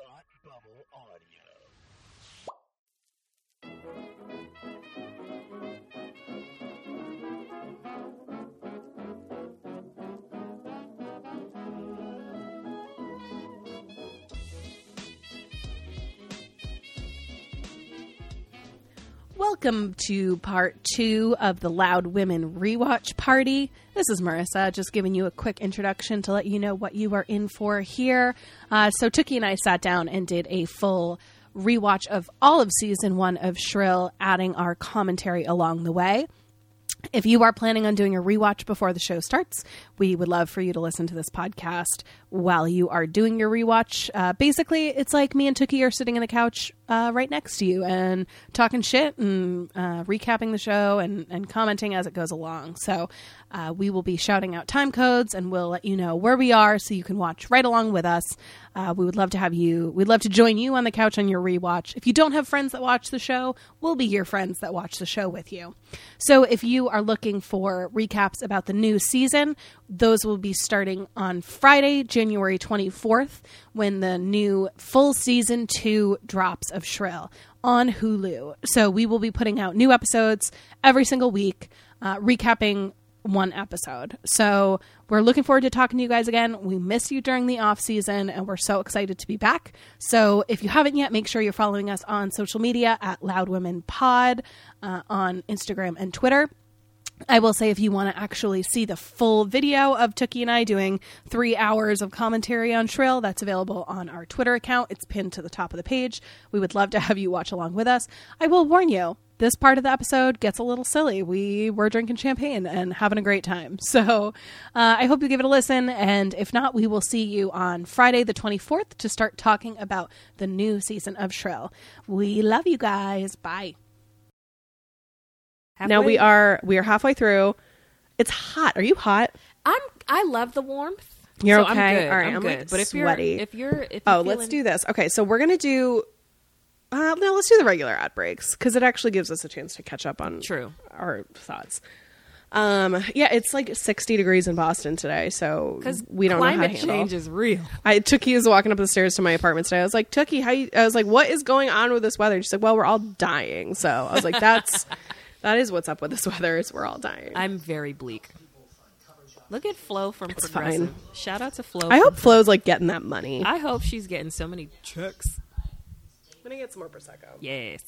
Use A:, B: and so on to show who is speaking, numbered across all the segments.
A: Hot Bubble Audio.
B: Welcome to part two of the Loud Women Rewatch Party. This is Marissa, just giving you a quick introduction to let you know what you are in for here. Uh, so, Tookie and I sat down and did a full rewatch of all of season one of Shrill, adding our commentary along the way. If you are planning on doing a rewatch before the show starts, we would love for you to listen to this podcast while you are doing your rewatch. Uh, basically, it's like me and Tookie are sitting on the couch uh, right next to you and talking shit and uh, recapping the show and, and commenting as it goes along. So uh, we will be shouting out time codes and we'll let you know where we are so you can watch right along with us. Uh, we would love to have you. We'd love to join you on the couch on your rewatch. If you don't have friends that watch the show, we'll be your friends that watch the show with you. So if you are looking for recaps about the new season, those will be starting on Friday, January 24th, when the new full season two drops of Shrill on Hulu. So we will be putting out new episodes every single week, uh, recapping one episode. So we're looking forward to talking to you guys again. We miss you during the off season and we're so excited to be back. So if you haven't yet, make sure you're following us on social media at Loud Women Pod uh, on Instagram and Twitter. I will say if you want to actually see the full video of Tookie and I doing three hours of commentary on Shrill, that's available on our Twitter account. It's pinned to the top of the page. We would love to have you watch along with us. I will warn you, this part of the episode gets a little silly. We were drinking champagne and having a great time. So uh, I hope you give it a listen. And if not, we will see you on Friday the 24th to start talking about the new season of Shrill. We love you guys. Bye.
C: Now we are we are halfway through. It's hot. Are you hot?
D: I'm I love the warmth.
C: You're
D: so
C: okay.
D: I'm good.
C: All right,
D: I'm,
C: I'm,
D: good.
C: like
D: but if
C: sweaty.
D: you're if you're if you're
C: oh, let's
D: feeling-
C: do this. Okay, so we're gonna do. Uh, no, let's do the regular ad breaks because it actually gives us a chance to catch up on
D: True.
C: our thoughts. Um, yeah, it's like 60 degrees in Boston today, so we don't know how to
D: climate
C: handle.
D: change is real.
C: I Tookie was walking up the stairs to my apartment today. I was like, Tookie, how? You, I was like, what is going on with this weather? And she's like, well, we're all dying. So I was like, that's that is what's up with this weather is we're all dying.
D: I'm very bleak. Look at Flo from
C: It's
D: Progressive.
C: fine.
D: Shout out to Flo.
C: I
D: from-
C: hope Flo's like getting that money.
D: I hope she's getting so many checks.
C: I'm gonna get some more prosecco.
D: Yes.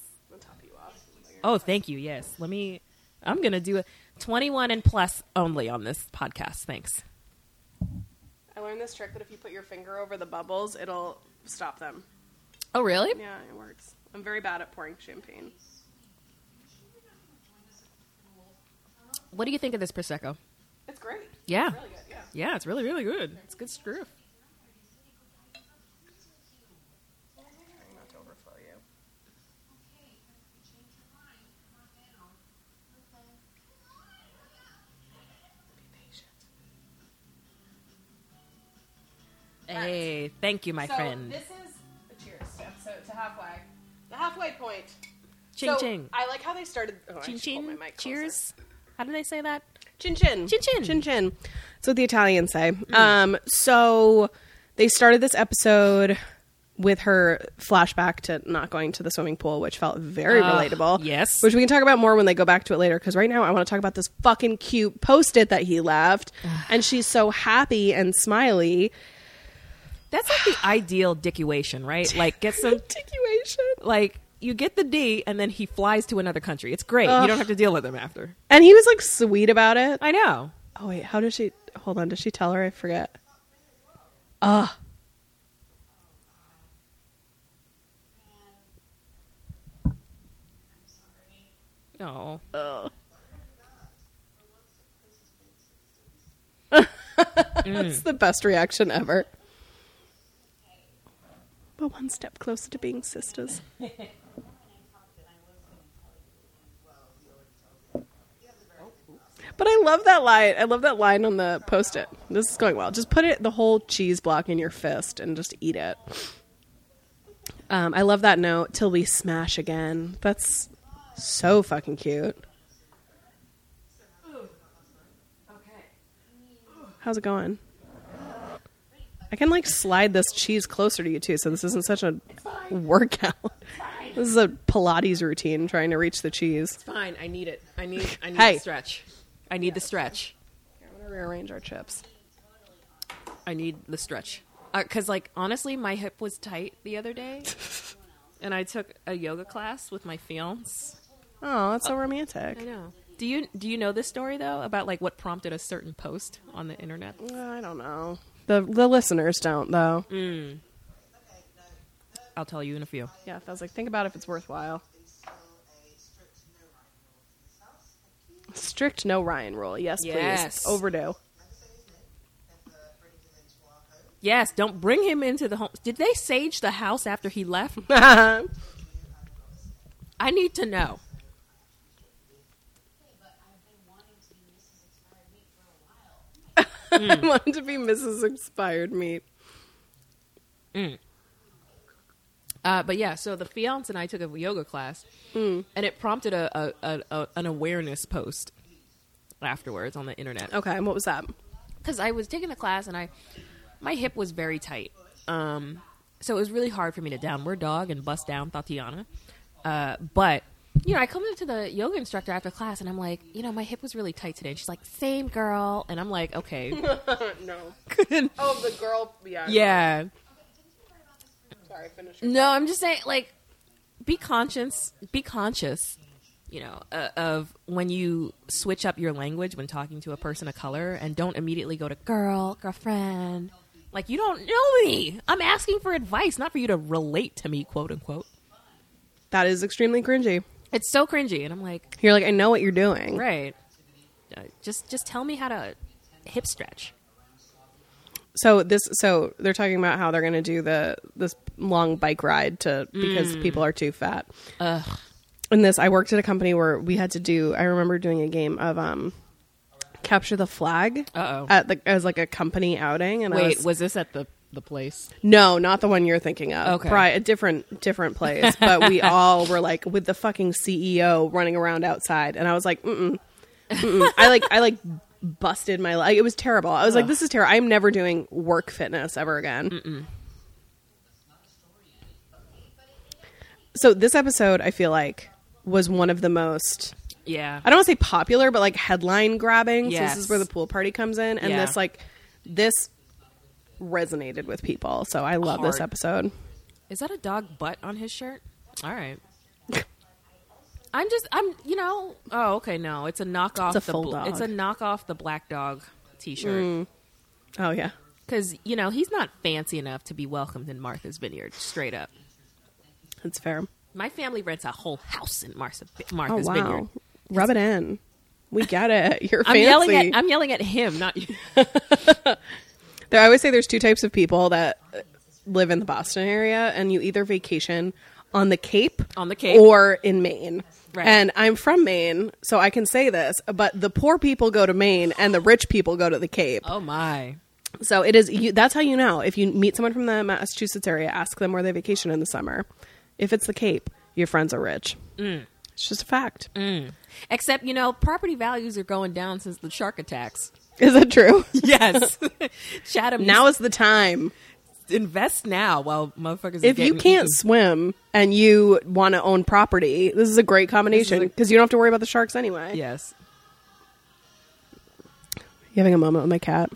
D: Oh, thank you. Yes. Let me. I'm gonna do a 21 and plus only on this podcast. Thanks.
C: I learned this trick that if you put your finger over the bubbles, it'll stop them.
D: Oh, really?
C: Yeah, it works. I'm very bad at pouring champagne.
D: What do you think of this prosecco?
C: It's great.
D: Yeah.
C: Really good. Yeah.
D: Yeah, it's really really good. It's good stuff.
C: Not to overflow you.
D: Hey, thank you, my friend.
C: this is a cheers. Yeah, so to halfway, the halfway point.
D: Ching
C: so
D: ching.
C: I like how they started. Oh, I
D: Chin
C: should hold my
D: chin.
C: mic closer.
D: Cheers. How do they say that?
C: Chin chin.
D: Chin chin.
C: Chin chin. That's what the Italians say. Um, so they started this episode with her flashback to not going to the swimming pool, which felt very
D: Ugh,
C: relatable.
D: yes.
C: Which we can talk about more when they go back to it later, because right now I want to talk about this fucking cute post it that he left. and she's so happy and smiley.
D: That's like the ideal dickuation, right? Like get some
C: Articulation.
D: like you get the D and then he flies to another country. It's great. You don't have to deal with him after.
C: And he was like sweet about it.
D: I know.
C: Oh wait, how does she hold on, does she tell her? I forget.
D: No.
C: That's the best reaction ever. But one step closer to being sisters. But I love that line. I love that line on the post it. This is going well. Just put it the whole cheese block in your fist and just eat it. Um, I love that note. Till we smash again. That's so fucking cute. How's it going? I can like slide this cheese closer to you too, so this isn't such a workout. This is a Pilates routine trying to reach the cheese.
D: Fine, I need it. I need. I need
C: Hey.
D: the stretch. I need the stretch.
C: I'm gonna rearrange our chips.
D: I need the stretch. Because, like, honestly, my hip was tight the other day, and I took a yoga class with my fiance.
C: Oh, that's so romantic.
D: I know. Do you do you know this story though about like what prompted a certain post on the internet?
C: I don't know. The the listeners don't though.
D: I'll tell you in a few.
C: Yeah, if I was like, think about if it's worthwhile. Strict no Ryan rule. Yes,
D: Yes.
C: please. Overdue.
D: Yes, don't bring him into the home. Did they sage the house after he left? I need to know.
C: I wanted to be Mrs. Expired Meat.
D: Uh, but yeah, so the fiance and I took a yoga class, and it prompted a, a, a, a an awareness post afterwards on the internet.
C: Okay, and what was that?
D: because Oh, I was taking the class and I my hip was very tight. Um, so it was really hard for me to downward dog and bust down Tatiana. Uh, but you know, I come to the yoga instructor after class and I'm like, you know, my hip was really tight today. And she's like, same girl. And I'm like, okay,
C: no. Oh, the girl. Yeah.
D: yeah.
C: Sorry, finish.
D: No, I'm just saying, like, be conscious. Be conscious. You know, uh, of when you switch up your language when talking to a person of color, and don't immediately go to girl, girlfriend. Like, you don't know me. I'm asking for advice, not for you to relate to me, quote unquote.
C: That is extremely cringy.
D: It's so cringy, and I'm like,
C: You're like, I know what you're doing.
D: right. Uh, just, just tell me how to hip stretch.
C: So this, so they're talking about how they're going to do the this long bike ride to because people are too fat.
D: Mm. Ugh.
C: And this, I worked at a company where we had to do. I remember doing a game of um, capture the flag
D: Uh-oh.
C: at the as like a company outing. And I
D: Wait,
C: was,
D: was this at the the place?
C: No, not the one you're thinking of.
D: Okay.
C: Probably a different different place. But we all were like with the fucking CEO running around outside, and I was like, mm mm, I like I like busted my leg. It was terrible. I was like, this is terrible. I'm never doing work fitness ever again. So this episode, I feel like, was one of the most.
D: Yeah.
C: I don't want to say popular, but like headline grabbing. So this
D: Yes.
C: is where the pool party comes in, and
D: Yeah.
C: this like this resonated with people. So I love this
D: Hard.
C: episode.
D: Is that a dog butt on his shirt? All right. I'm just I'm you know oh okay no it's a knockoff
C: It's a
D: the
C: full
D: bl- it's a
C: dog.
D: knockoff the black dog T-shirt
C: Oh yeah,
D: because you know he's not fancy enough to be welcomed in Martha's Vineyard straight up.
C: that's fair.
D: My family rents a whole house in Martha,
C: Oh
D: Martha's
C: wow,
D: Vineyard.
C: rub it in. We get it. You're
D: I'm
C: fancy.
D: yelling at I'm yelling at him not you.
C: There, I always say there's two types of people that uh, live in the Boston area, and you either vacation on the Cape,
D: On the Cape.
C: or in Maine.
D: Right.
C: And I'm from Maine, so I can say this. But the poor people go to Maine, and the rich people go to the Cape.
D: oh my
C: So it is. You, that's how you know if you meet someone from the Massachusetts area, ask them where they vacation in the summer. If it's the Cape, your friends are rich.
D: Mm.
C: It's just a fact.
D: except you know property values are going down since the shark attacks.
C: Is it true?
D: Yes, Chatham
C: now is the time.
D: invest now while motherfuckers. are
C: If you
D: getting
C: can't
D: eaten.
C: swim and you want to own property, this is a great combination
D: This is a-
C: because you don't have to worry about the sharks anyway.
D: yes,
C: You having a moment with my cat?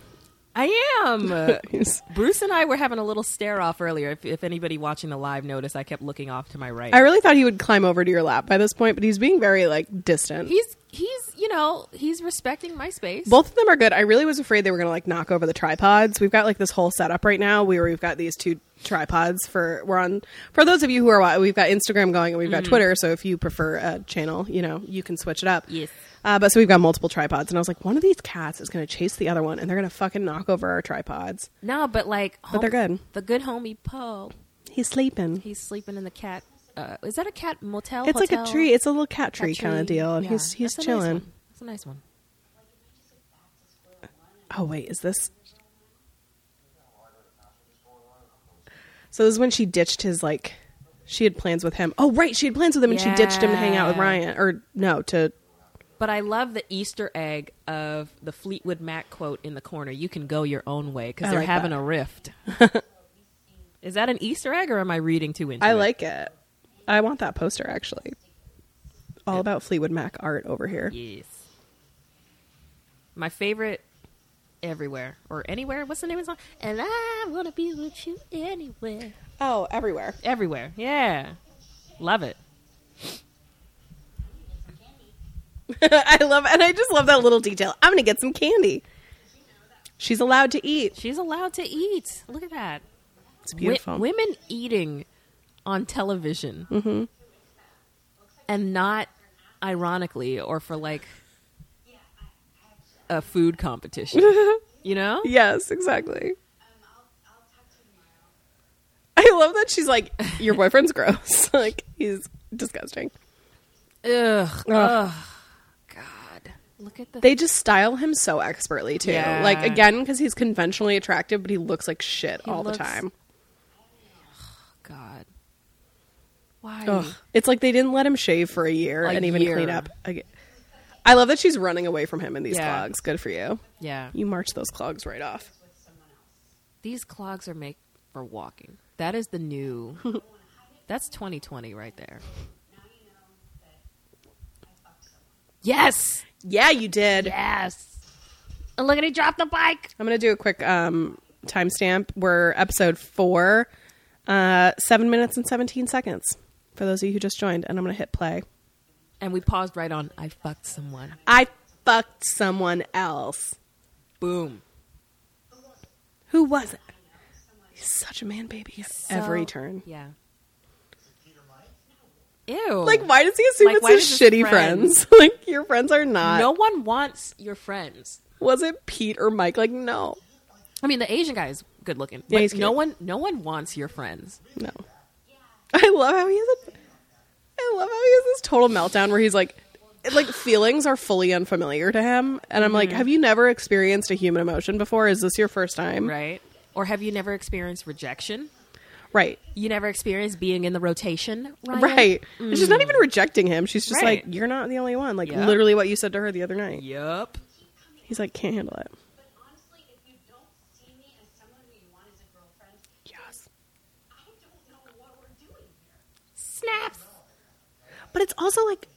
D: I am.
C: He's-
D: Bruce and I were having a little stare off earlier. If, if anybody watching the live noticed, I kept looking off to my right.
C: I really thought he would climb over to your lap by this point, but he's being very like distant.
D: he's he's you know he's respecting my space.
C: Both of them are good. I really was afraid they were going to like knock over the tripods. We've got like this whole setup right now where we've got these two tripods for we're on for those of you who are wa- we've got Instagram going and we've
D: Mm-hmm.
C: got Twitter. So if you prefer a channel, you know you can switch it up.
D: Yes.
C: Uh, but so we've got multiple tripods, and I was like, one of these cats is going to chase the other one, and they're going to fucking knock over our tripods.
D: no, but like, hom-
C: they're good.
D: The good homie Poe,
C: He's sleeping.
D: he's sleeping in the cat. Uh, is that a cat motel?
C: it's like a
D: Oh, hotel?
C: tree. It's a little
D: Cat
C: cat tree, kind of deal, and
D: Yeah.
C: he's he's
D: That's a nice
C: chilling.
D: one. That's a nice one.
C: Oh wait, is this? So this is when she ditched his like. She had plans with him. Oh right, she had plans with him, and she ditched him to hang out with
D: Yeah.
C: Ryan, or no, to
D: But I love the Easter egg of the Fleetwood Mac quote in the corner. You can go your own way because
C: I
D: they're
C: like
D: having
C: that.
D: a rift. Is that an Easter egg, or am I reading too into
C: I
D: it?
C: like it. I want that poster actually. All about Fleetwood Mac art over here.
D: Yes. My favorite everywhere or anywhere. What's the name of the song? And I want to be with you anywhere.
C: Oh, everywhere.
D: Everywhere. Yeah. Love it.
C: I love and I just love that little detail. I'm gonna get some candy. She's allowed to eat.
D: She's allowed to eat. Look at that.
C: It's
D: Wi-
C: beautiful.
D: women eating on television.
C: Mm-hmm.
D: And not ironically or for like a food competition. you know?
C: yes, exactly. I love that she's like, your boyfriend's gross. like he's disgusting.
D: Ugh. Ugh. God. Look at the
C: They just style him so expertly too.
D: Yeah.
C: Like again, because he's conventionally attractive, but he looks like shit
D: He
C: all
D: looks-
C: the time.
D: God. Why?
C: Ugh. It's like they didn't let him shave for a year
D: A
C: and even
D: year.
C: clean up. Ag- I love that she's running away from him in these
D: Yeah.
C: clogs. Good for you.
D: Yeah.
C: You march those clogs right off.
D: These clogs are made for walking. That is the new. that's 2020 right there. Yes.
C: Yeah, you did.
D: Yes. And look at he dropped the bike.
C: I'm gonna do a quick um, timestamp. We're episode four, uh, seven minutes and seventeen seconds. For those of you who just joined, and I'm gonna hit play.
D: And we paused right on. I fucked someone.
C: I fucked someone else.
D: Boom.
C: Who was it? He's such a man baby. at every
D: So-
C: turn.
D: Yeah. Ew.
C: Like, why does he assume
D: Like,
C: it's
D: why
C: his
D: does his
C: shitty
D: friends-
C: friends? like, your friends are not.
D: no one wants your friends.
C: Was it Pete or Mike? Like, no,
D: I mean, the Asian guy is good looking.
C: Yeah,
D: but
C: he's
D: no
C: cute.
D: one, no one wants your friends.
C: no. I love how he has a. I love how he has this total meltdown where he's like, like feelings are fully unfamiliar to him, and I'm like,
D: Mm-hmm.
C: have you never experienced a human emotion before? Is this your first time?
D: right? Or have you never experienced rejection?
C: right,
D: You never experienced being in the rotation, right?
C: right. And She's not even rejecting him. She's just
D: Mm. Right.
C: like, you're not the only one. Like
D: Yeah.
C: literally what you said to her the other night.
D: Yep.
C: He's like, can't handle it.
A: But honestly, if you don't see me as someone who you want as a girlfriend,
C: Yes.
A: I don't know what we're doing here.
D: Snaps.
C: But it's also like,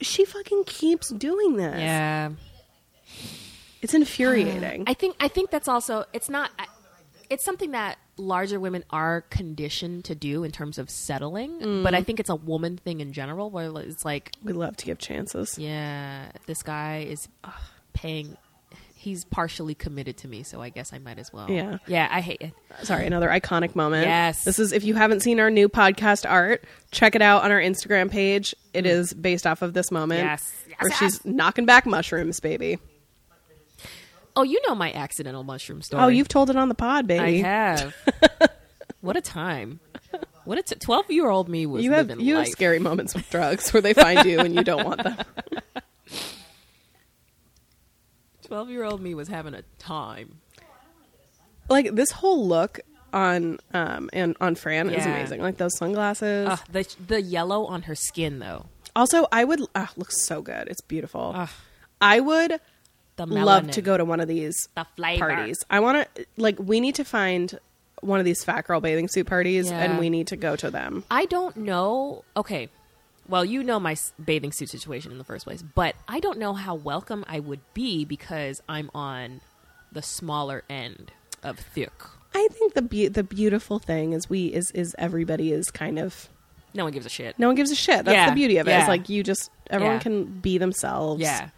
C: she fucking keeps doing this.
D: Yeah. Uh,
C: It's infuriating.
D: I think I think that's also it's not I- it's something that larger women are conditioned to do in terms of settling, but
C: Mm.
D: I think it's a woman thing in general where it's like,
C: we love to give chances.
D: yeah, this guy is ugh, paying he's partially committed to me, so I guess I might as well.
C: Yeah.
D: Yeah, I hate it.
C: Sorry, another iconic moment.
D: Yes.
C: This is if you haven't seen our new podcast art, check it out on our Instagram page. It is based off of this moment.
D: Yes. Yes,
C: Where
D: yes.
C: she's knocking back mushrooms, baby.
D: Oh, you know my accidental mushroom story.
C: Oh, you've told it on the pod,
D: I
C: baby.
D: have. what a time. What a t- 12 year old me was
C: You have
D: living
C: you
D: life.
C: have scary moments with drugs where they find you and you don't want them.
D: 12 year old me was having a time.
C: Like this whole look on um and on Fran is
D: Yeah.
C: amazing. Like those sunglasses.
D: Ugh, the, the yellow on her skin, though.
C: Also, I would uh, looks so good. It's beautiful.
D: Ugh.
C: I would
D: The
C: love to
D: melanin.
C: go to one of these
D: The flavor.
C: parties. I want to like we need to find one of these fat girl bathing suit parties,
D: Yeah.
C: and we need to go to them.
D: I don't know. Okay. Well, you know my s- bathing suit situation in the first place, but I don't know how welcome I would be because I'm on the smaller end of thick.
C: I think the be- the beautiful thing is we is is everybody is kind of
D: No one gives a shit.
C: no one gives a shit. That's
D: Yeah.
C: the beauty of it.
D: Yeah.
C: It's like you just everyone
D: Yeah.
C: can be themselves,
D: Yeah.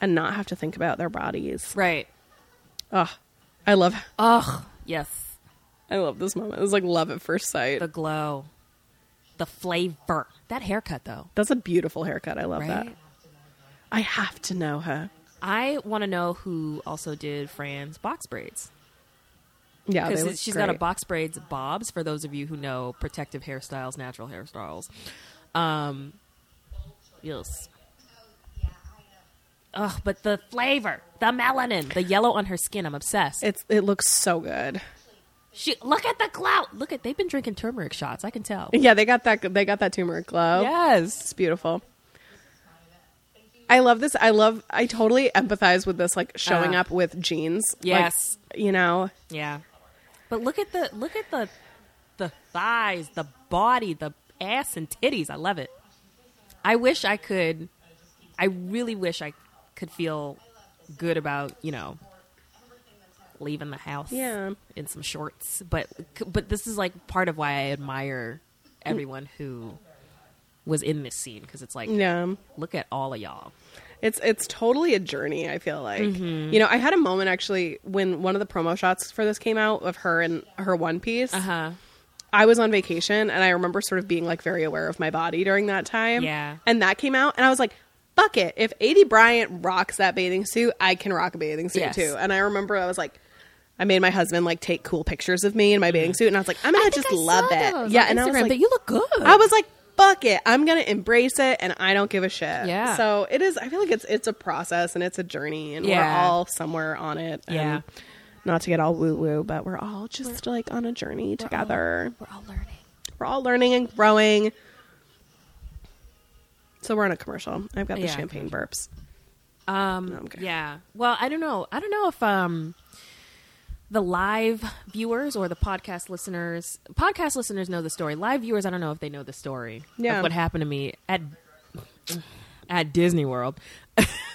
C: and not have to think about their bodies.
D: Right.
C: Ugh, I love
D: Ugh. Yes.
C: I love this moment. It was like love at first sight.
D: The glow. The flavor. That haircut, though.
C: That's a beautiful haircut. I love that.
D: Right?
C: I have to know her.
D: I want to know who also did Fran's box braids
C: Yeah, Oh, they look
D: because she's got a
C: great.
D: box braids bobs for those of you who know protective hairstyles, natural hairstyles. Um, yes.
A: uh,
D: Ugh, but the flavor, the melanin, the yellow on her skin, I'm obsessed.
C: It's it looks so good.
D: she look at the clout. Look at they've been drinking turmeric shots. I can tell.
C: Yeah, they got that. They got that turmeric glow.
D: Yes.
C: It's beautiful. I love this. I love. I totally empathize with this. Like showing
D: Uh,
C: up with jeans. Like,
D: yes.
C: you know.
D: Yeah. But look at the look at the the thighs, the body, the ass and titties. I love it. I wish I could I really wish I could feel good about, you know, leaving the house
C: Yeah.
D: in some shorts, but but this is like part of why I admire everyone who was in this scene cuz it's like
C: Yeah.
D: look at all of y'all.
C: It's it's totally a journey. I feel like
D: Mm-hmm.
C: you know. I had a moment actually when one of the promo shots for this came out of her and her one piece.
D: Uh-huh.
C: I was on vacation and I remember sort of being like very aware of my body during that time.
D: Yeah.
C: And that came out and I was like, fuck it. If AD Bryant rocks that bathing suit, I can rock a bathing suit
D: Yes.
C: too. And I remember I was like, I made my husband like take cool pictures of me in
D: Mm-hmm.
C: my bathing suit and I was like, I'm gonna just love it. Yeah. And I was like,
D: but you look good.
C: I was like, fuck it. I'm gonna embrace it and I don't give a shit.
D: Yeah.
C: So it is I feel like it's it's a process and it's a journey and
D: Yeah.
C: we're all somewhere on it. and
D: Yeah.
C: Not to get all woo woo, but we're all just like on a journey together.
D: We're all learning.
C: We're all learning and growing. So we're on a commercial. I've got the
D: Yeah.
C: champagne burps.
D: Um,
C: Oh, Okay.
D: Yeah. Well, I don't know. I don't know if um, the live viewers or the podcast listeners, podcast listeners know the story. Live viewers, I don't know if they know the story
C: Yeah.
D: of what happened to me at at Disney World.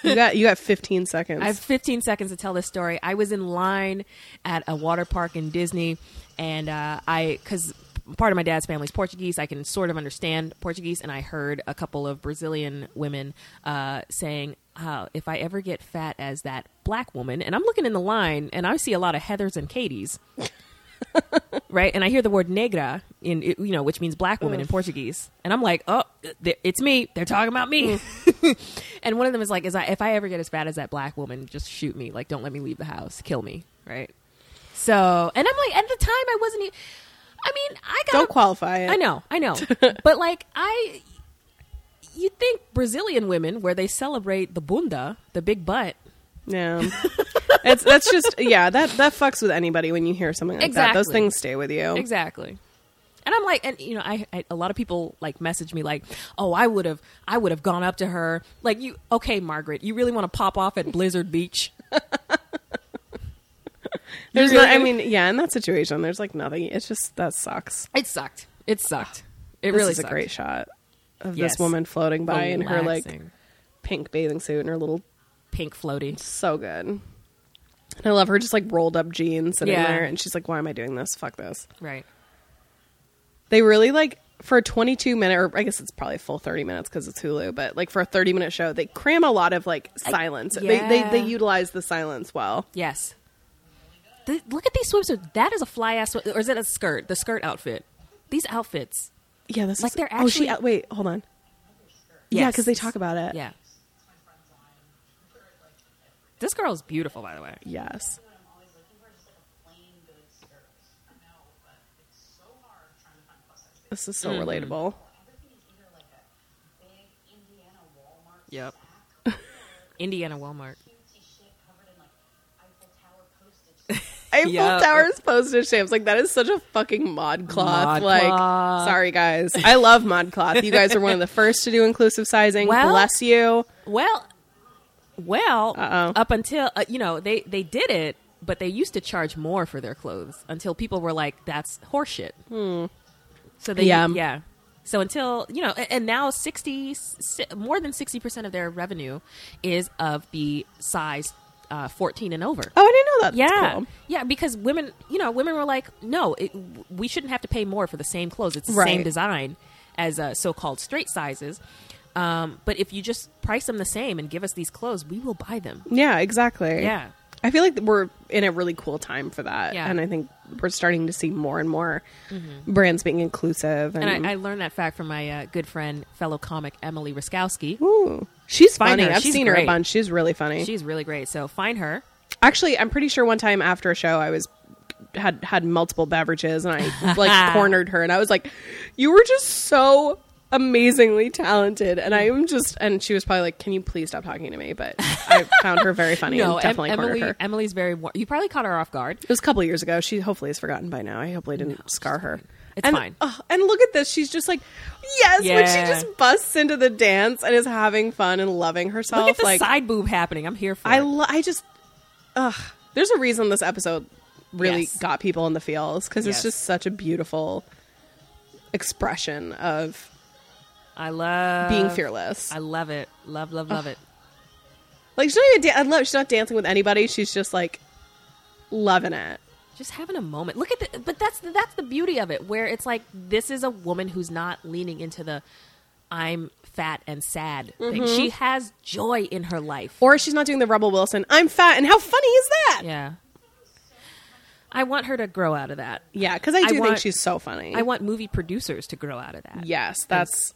C: You got you got 15 seconds.
D: I have 15 seconds to tell this story. I was in line at a water park in Disney, and uh, I, because part of my dad's family's Portuguese, I can sort of understand Portuguese, and I heard a couple of Brazilian women uh, saying, "How if I ever get fat as that black woman?" And I'm looking in the line, and I see a lot of Heather's and Katie's. right, and I hear the word "negra" in you know, which means black woman in Portuguese, and I'm like, oh, th- it's me. They're talking about me.
C: Mm.
D: and one of them is like, "Is I if I ever get as bad as that black woman, just shoot me. Like, don't let me leave the house. Kill me." Right. So, and I'm like, at the time, I wasn't. e- I mean, I got.
C: Don't qualify it.
D: I know, I know, but like, I. You think Brazilian women, where they celebrate the bunda, the big butt,
C: Yeah. it's that's just yeah, that that fucks with anybody when you hear something like that. Those
D: Exactly.
C: things stay with you.
D: Exactly. And I'm like, and you know, I, I a lot of people like message me like, oh, I would have, I would have gone up to her like, you okay, Margaret? You really want to pop off at Blizzard Beach?
C: There's
D: You
C: no,
D: really-
C: I mean, yeah, in that situation there's like nothing. It's just that sucks.
D: It sucked. It sucked. It
C: This
D: really
C: is
D: sucked.
C: a great shot of
D: Yes.
C: this woman floating by in her like
D: Relaxing.
C: pink bathing suit and her little
D: pink floaty.
C: so good. And I love her just like rolled up jeans sitting
D: Yeah.
C: there and she's like, Why am I doing this? Fuck this.
D: Right.
C: they really like for a 22 minute or i guess it's probably a full 30 minutes because it's hulu but like for a 30 minute show they cram a lot of like silence they,
D: yeah.
C: they they utilize the silence well
D: Yes. Th- look at these swimsuits. That is a fly ass, swi- or is it a skirt? The skirt outfit. These outfits.
C: yeah this
D: Like,
C: is
D: they're
C: oh
D: actually-
C: she out- wait hold on yeah
D: Yes.
C: because they talk about it
D: Yeah. This girl is beautiful, by the way.
C: yes
A: What I'm always looking for is just like a plain good skirt. I know, but it's so hard trying to find plus size. skirt.
C: this is so relatable
A: Everything is either like a big Indiana Walmart
D: Yep.
A: sack,
D: Indiana Walmart.
A: cutesy shit covered in like Eiffel Tower postage. stamps.
C: Eiffel
D: Yeah.
C: Towers postage stamps. Like that is such a fucking mod cloth.
D: Mod
C: like
D: cloth.
C: sorry guys. I love mod cloth. You guys are one of the first to do inclusive sizing.
D: Well-
C: Bless you.
D: Well, well,
C: Uh-oh.
D: up until uh, you know they they did it, but they used to charge more for their clothes until people were like, "That's horseshit." So they
C: Hmm. Yeah.
D: yeah. So until you know, a- and now sixty si- more than sixty percent of their revenue is of the size uh, fourteen and over.
C: Oh, I didn't know that. That's
D: Yeah,
C: cool.
D: yeah, because women, you know, women were like, no, it, we shouldn't have to pay more for the same clothes. It's the
C: Right.
D: same design as uh, so-called straight sizes. Um, but if you just price them the same and give us these clothes, we will buy them.
C: Yeah, exactly.
D: Yeah.
C: I feel like we're in a really cool time for that.
D: Yeah. Mm-hmm.
C: And I think we're starting to see more and more brands being inclusive. And,
D: And I, I learned that fact from my uh, good friend, fellow comic Emily Raskowski.
C: Ooh. she's
D: Find
C: funny.
D: her.
C: I've
D: She's
C: seen her a
D: great.
C: bunch. She's really funny.
D: She's really great. So find her.
C: Actually, I'm pretty sure one time after a show, I was had had multiple beverages and I like cornered her and I was like, "You were just so amazingly talented." And I am just and she was probably like, "Can you please stop talking to me?" But I found her very funny and
D: Em-
C: definitely cornered
D: Emily.
C: her.
D: Emily's very. War- you probably caught her off guard.
C: It was a couple years ago. She hopefully is forgotten by now. I hopefully didn't scar her.
D: it's
C: And,
D: fine.
C: ugh, and look at this. She's just like, yes, when she
D: Yeah.
C: just busts into the dance and is having fun and loving herself.
D: Look at the
C: like,
D: side boob happening. I'm here for
C: I,
D: it.
C: lo- I just, ugh. There's a reason this episode really
D: Yes.
C: got people in the feels because it's
D: Yes.
C: just such a beautiful expression of
D: I love
C: being fearless.
D: I love it. Love, love, love it.
C: like she's not even. Dan- I love. She's not dancing with anybody. She's just like loving it.
D: Just having a moment. Look at the but that's the, that's the beauty of it where it's like this is a woman who's not leaning into the I'm fat and sad thing. She has joy in her life.
C: Or she's not doing the Rebel Wilson. I'm fat, and how funny is that?
D: yeah. I want her to grow out of that.
C: Yeah, because I do think
D: want-
C: she's so funny.
D: I want movie producers to grow out of that.
C: Yes, that's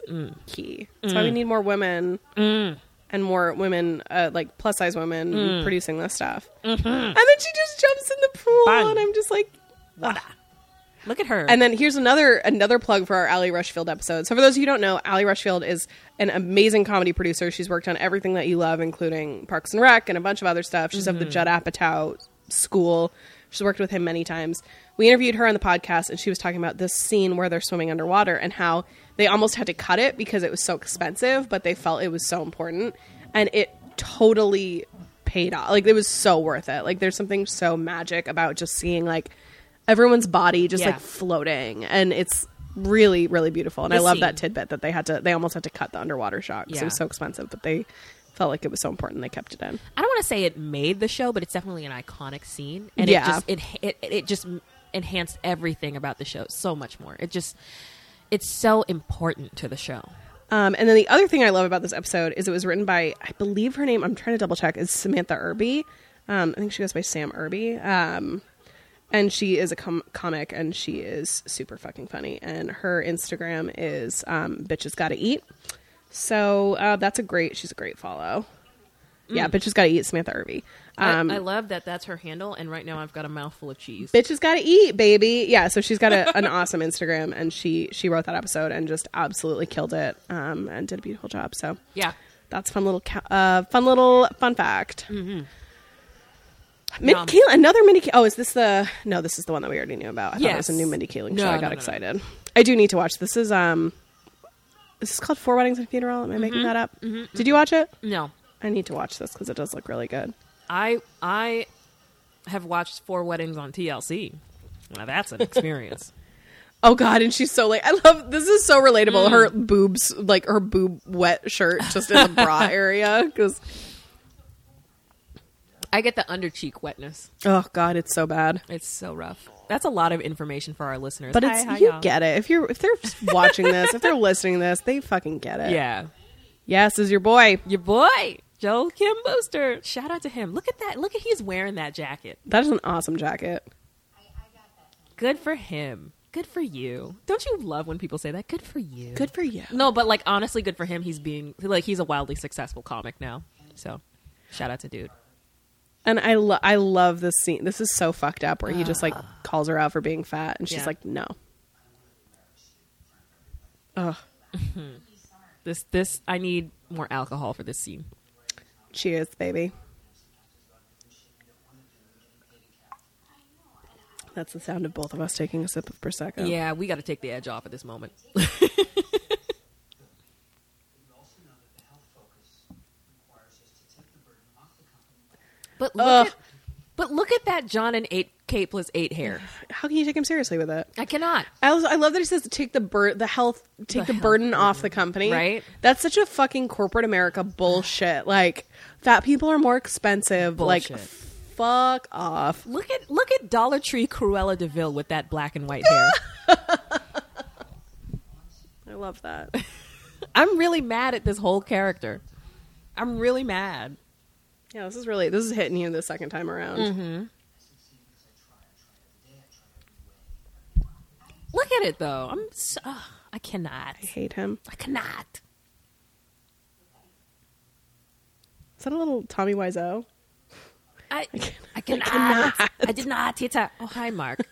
C: key. That's why we need more women and more women, uh, like plus size women, producing this stuff. And then she just jumps in the pool,
D: Bang.
C: and I'm just like.
D: Wada. Look at her.
C: And then here's another another plug for our Allie Rushfield episode. So for those of you who don't know, Allie Rushfield is an amazing comedy producer. She's worked on everything that you love, including Parks and Rec and a bunch of other stuff. She's
D: Mm-hmm.
C: of the Judd Apatow school. She's worked with him many times. We interviewed her on the podcast, and she was talking about this scene where they're swimming underwater and how they almost had to cut it because it was so expensive, but they felt it was so important, and it totally paid off. Like it was so worth it. Like there's something so magic about just seeing like everyone's body just
D: Yeah.
C: like floating and it's really really beautiful and i
D: The
C: love
D: scene.
C: that tidbit that they had to they almost had to cut the underwater shot because it
D: Yeah.
C: was so expensive but they felt like it was so important they kept it in
D: I don't want to say it made the show, but it's definitely an iconic scene, and
C: Yeah.
D: it just it, it it just enhanced everything about the show so much more. It just it's so important to the show.
C: um, and then the other thing i love about this episode is it was written by i believe her name i'm trying to double check is samantha irby um, i think she goes by sam irby um, and she is a com- comic and she is super fucking funny and her instagram is um, bitches gotta eat so uh, that's a great she's a great follow yeah bitches gotta eat samantha irby
D: Mm.
C: Um,
D: I, I love that that's her handle, and right now I've got a mouthful of cheese.
C: bitch has got to eat baby yeah so she's got a, an awesome instagram and she she wrote that episode and just absolutely killed it um and did a beautiful job so
D: Yeah,
C: that's fun little ca- uh fun little fun fact Mindy
D: Mm-hmm. Yum.
C: Kaling, another Mindy. Ka- Oh, is this the? No, this is the one that we already knew about. I thought it was a
D: Yes.
C: new Mindy Kaling
D: No,
C: show. I
D: no, no,
C: got
D: no.
C: excited. I do need to watch this. Is um, this is called Four Weddings and a Funeral. Am I
D: Mm-hmm.
C: making that up? Did you watch it?
D: no,
C: I need to watch this because it does look really good.
D: I I have watched four weddings on TLC. Now that's an experience.
C: Oh God, and she's so like I love this is so relatable.
D: Mm.
C: Her boobs, like her boob wet shirt, just in the bra area. Because
D: I get the under cheek wetness.
C: oh God, it's so bad.
D: It's so rough. That's a lot of information for our listeners.
C: But
D: Hi,
C: it's
D: hi,
C: you
D: y'all.
C: get it if you're if they're watching this, if they're listening to this, they fucking get it.
D: yeah.
C: Yes, is your boy.
D: Your boy, Joel Kim Booster. Shout out to him. Look at that. Look at he's wearing that jacket.
C: That is an awesome jacket.
D: Good for him. Good for you. Don't you love when people say that? Good for you.
C: Good for you.
D: No, but like honestly, good for him. He's being like he's a wildly successful comic now. So, shout out to dude.
C: And I lo- I love this scene. This is so fucked up where he just like calls her out for being fat, and she's
D: Ah. Yeah.
C: like, no. Ugh.
D: This this I need more alcohol for this scene.
C: Cheers, baby. That's the sound of both of us taking a sip of prosecco.
D: Yeah, we got to take the edge off at this moment. but look
C: Ugh.
D: at, but look at that John and eight K plus eight hair.
C: How can you take him seriously with it?
D: I cannot.
C: I also I love that he says to take the bur- the health take the,
D: The health mm-hmm.
C: burden off the company.
D: right?
C: That's such a fucking corporate America bullshit. Like fat people are more expensive. Like
D: Bullshit.
C: fuck off.
D: Look at look at Dollar Tree Cruella Deville with that black and white hair.
C: I love that.
D: I'm really mad at this whole character. I'm really mad.
C: yeah, this is really this is hitting you the second time around.
D: Mm-hmm. Look at it though. I'm so, ugh, I cannot.
C: I hate him.
D: I cannot.
C: Is that a little Tommy Wiseau?
D: I, I cannot. I did not hit her. Oh, hi, Mark.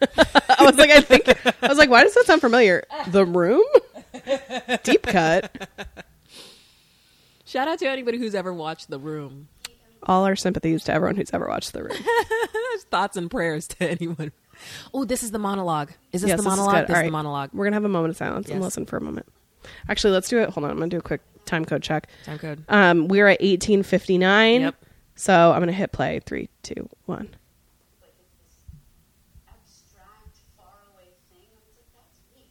C: I was like, I think I was like, why does that sound familiar? The room? Deep cut.
D: Shout out to anybody who's ever watched The Room.
C: All our sympathies to everyone who's ever watched The Room.
D: Thoughts and prayers to anyone Oh, this is the monologue. Is this
C: Yes,
D: the
C: this is
D: monologue?
C: good.
D: This
C: All
D: is the
C: right.
D: monologue.
C: We're gonna have a moment of silence and
D: Yes.
C: listen for a moment. Actually, let's do it. Hold on, I'm gonna do a quick time code check.
D: Time code.
C: Um, we're at 1859.
D: Yep.
C: So I'm gonna hit play. Three, two, one.
A: but it's this abstract, faraway thing. I was like, that's me.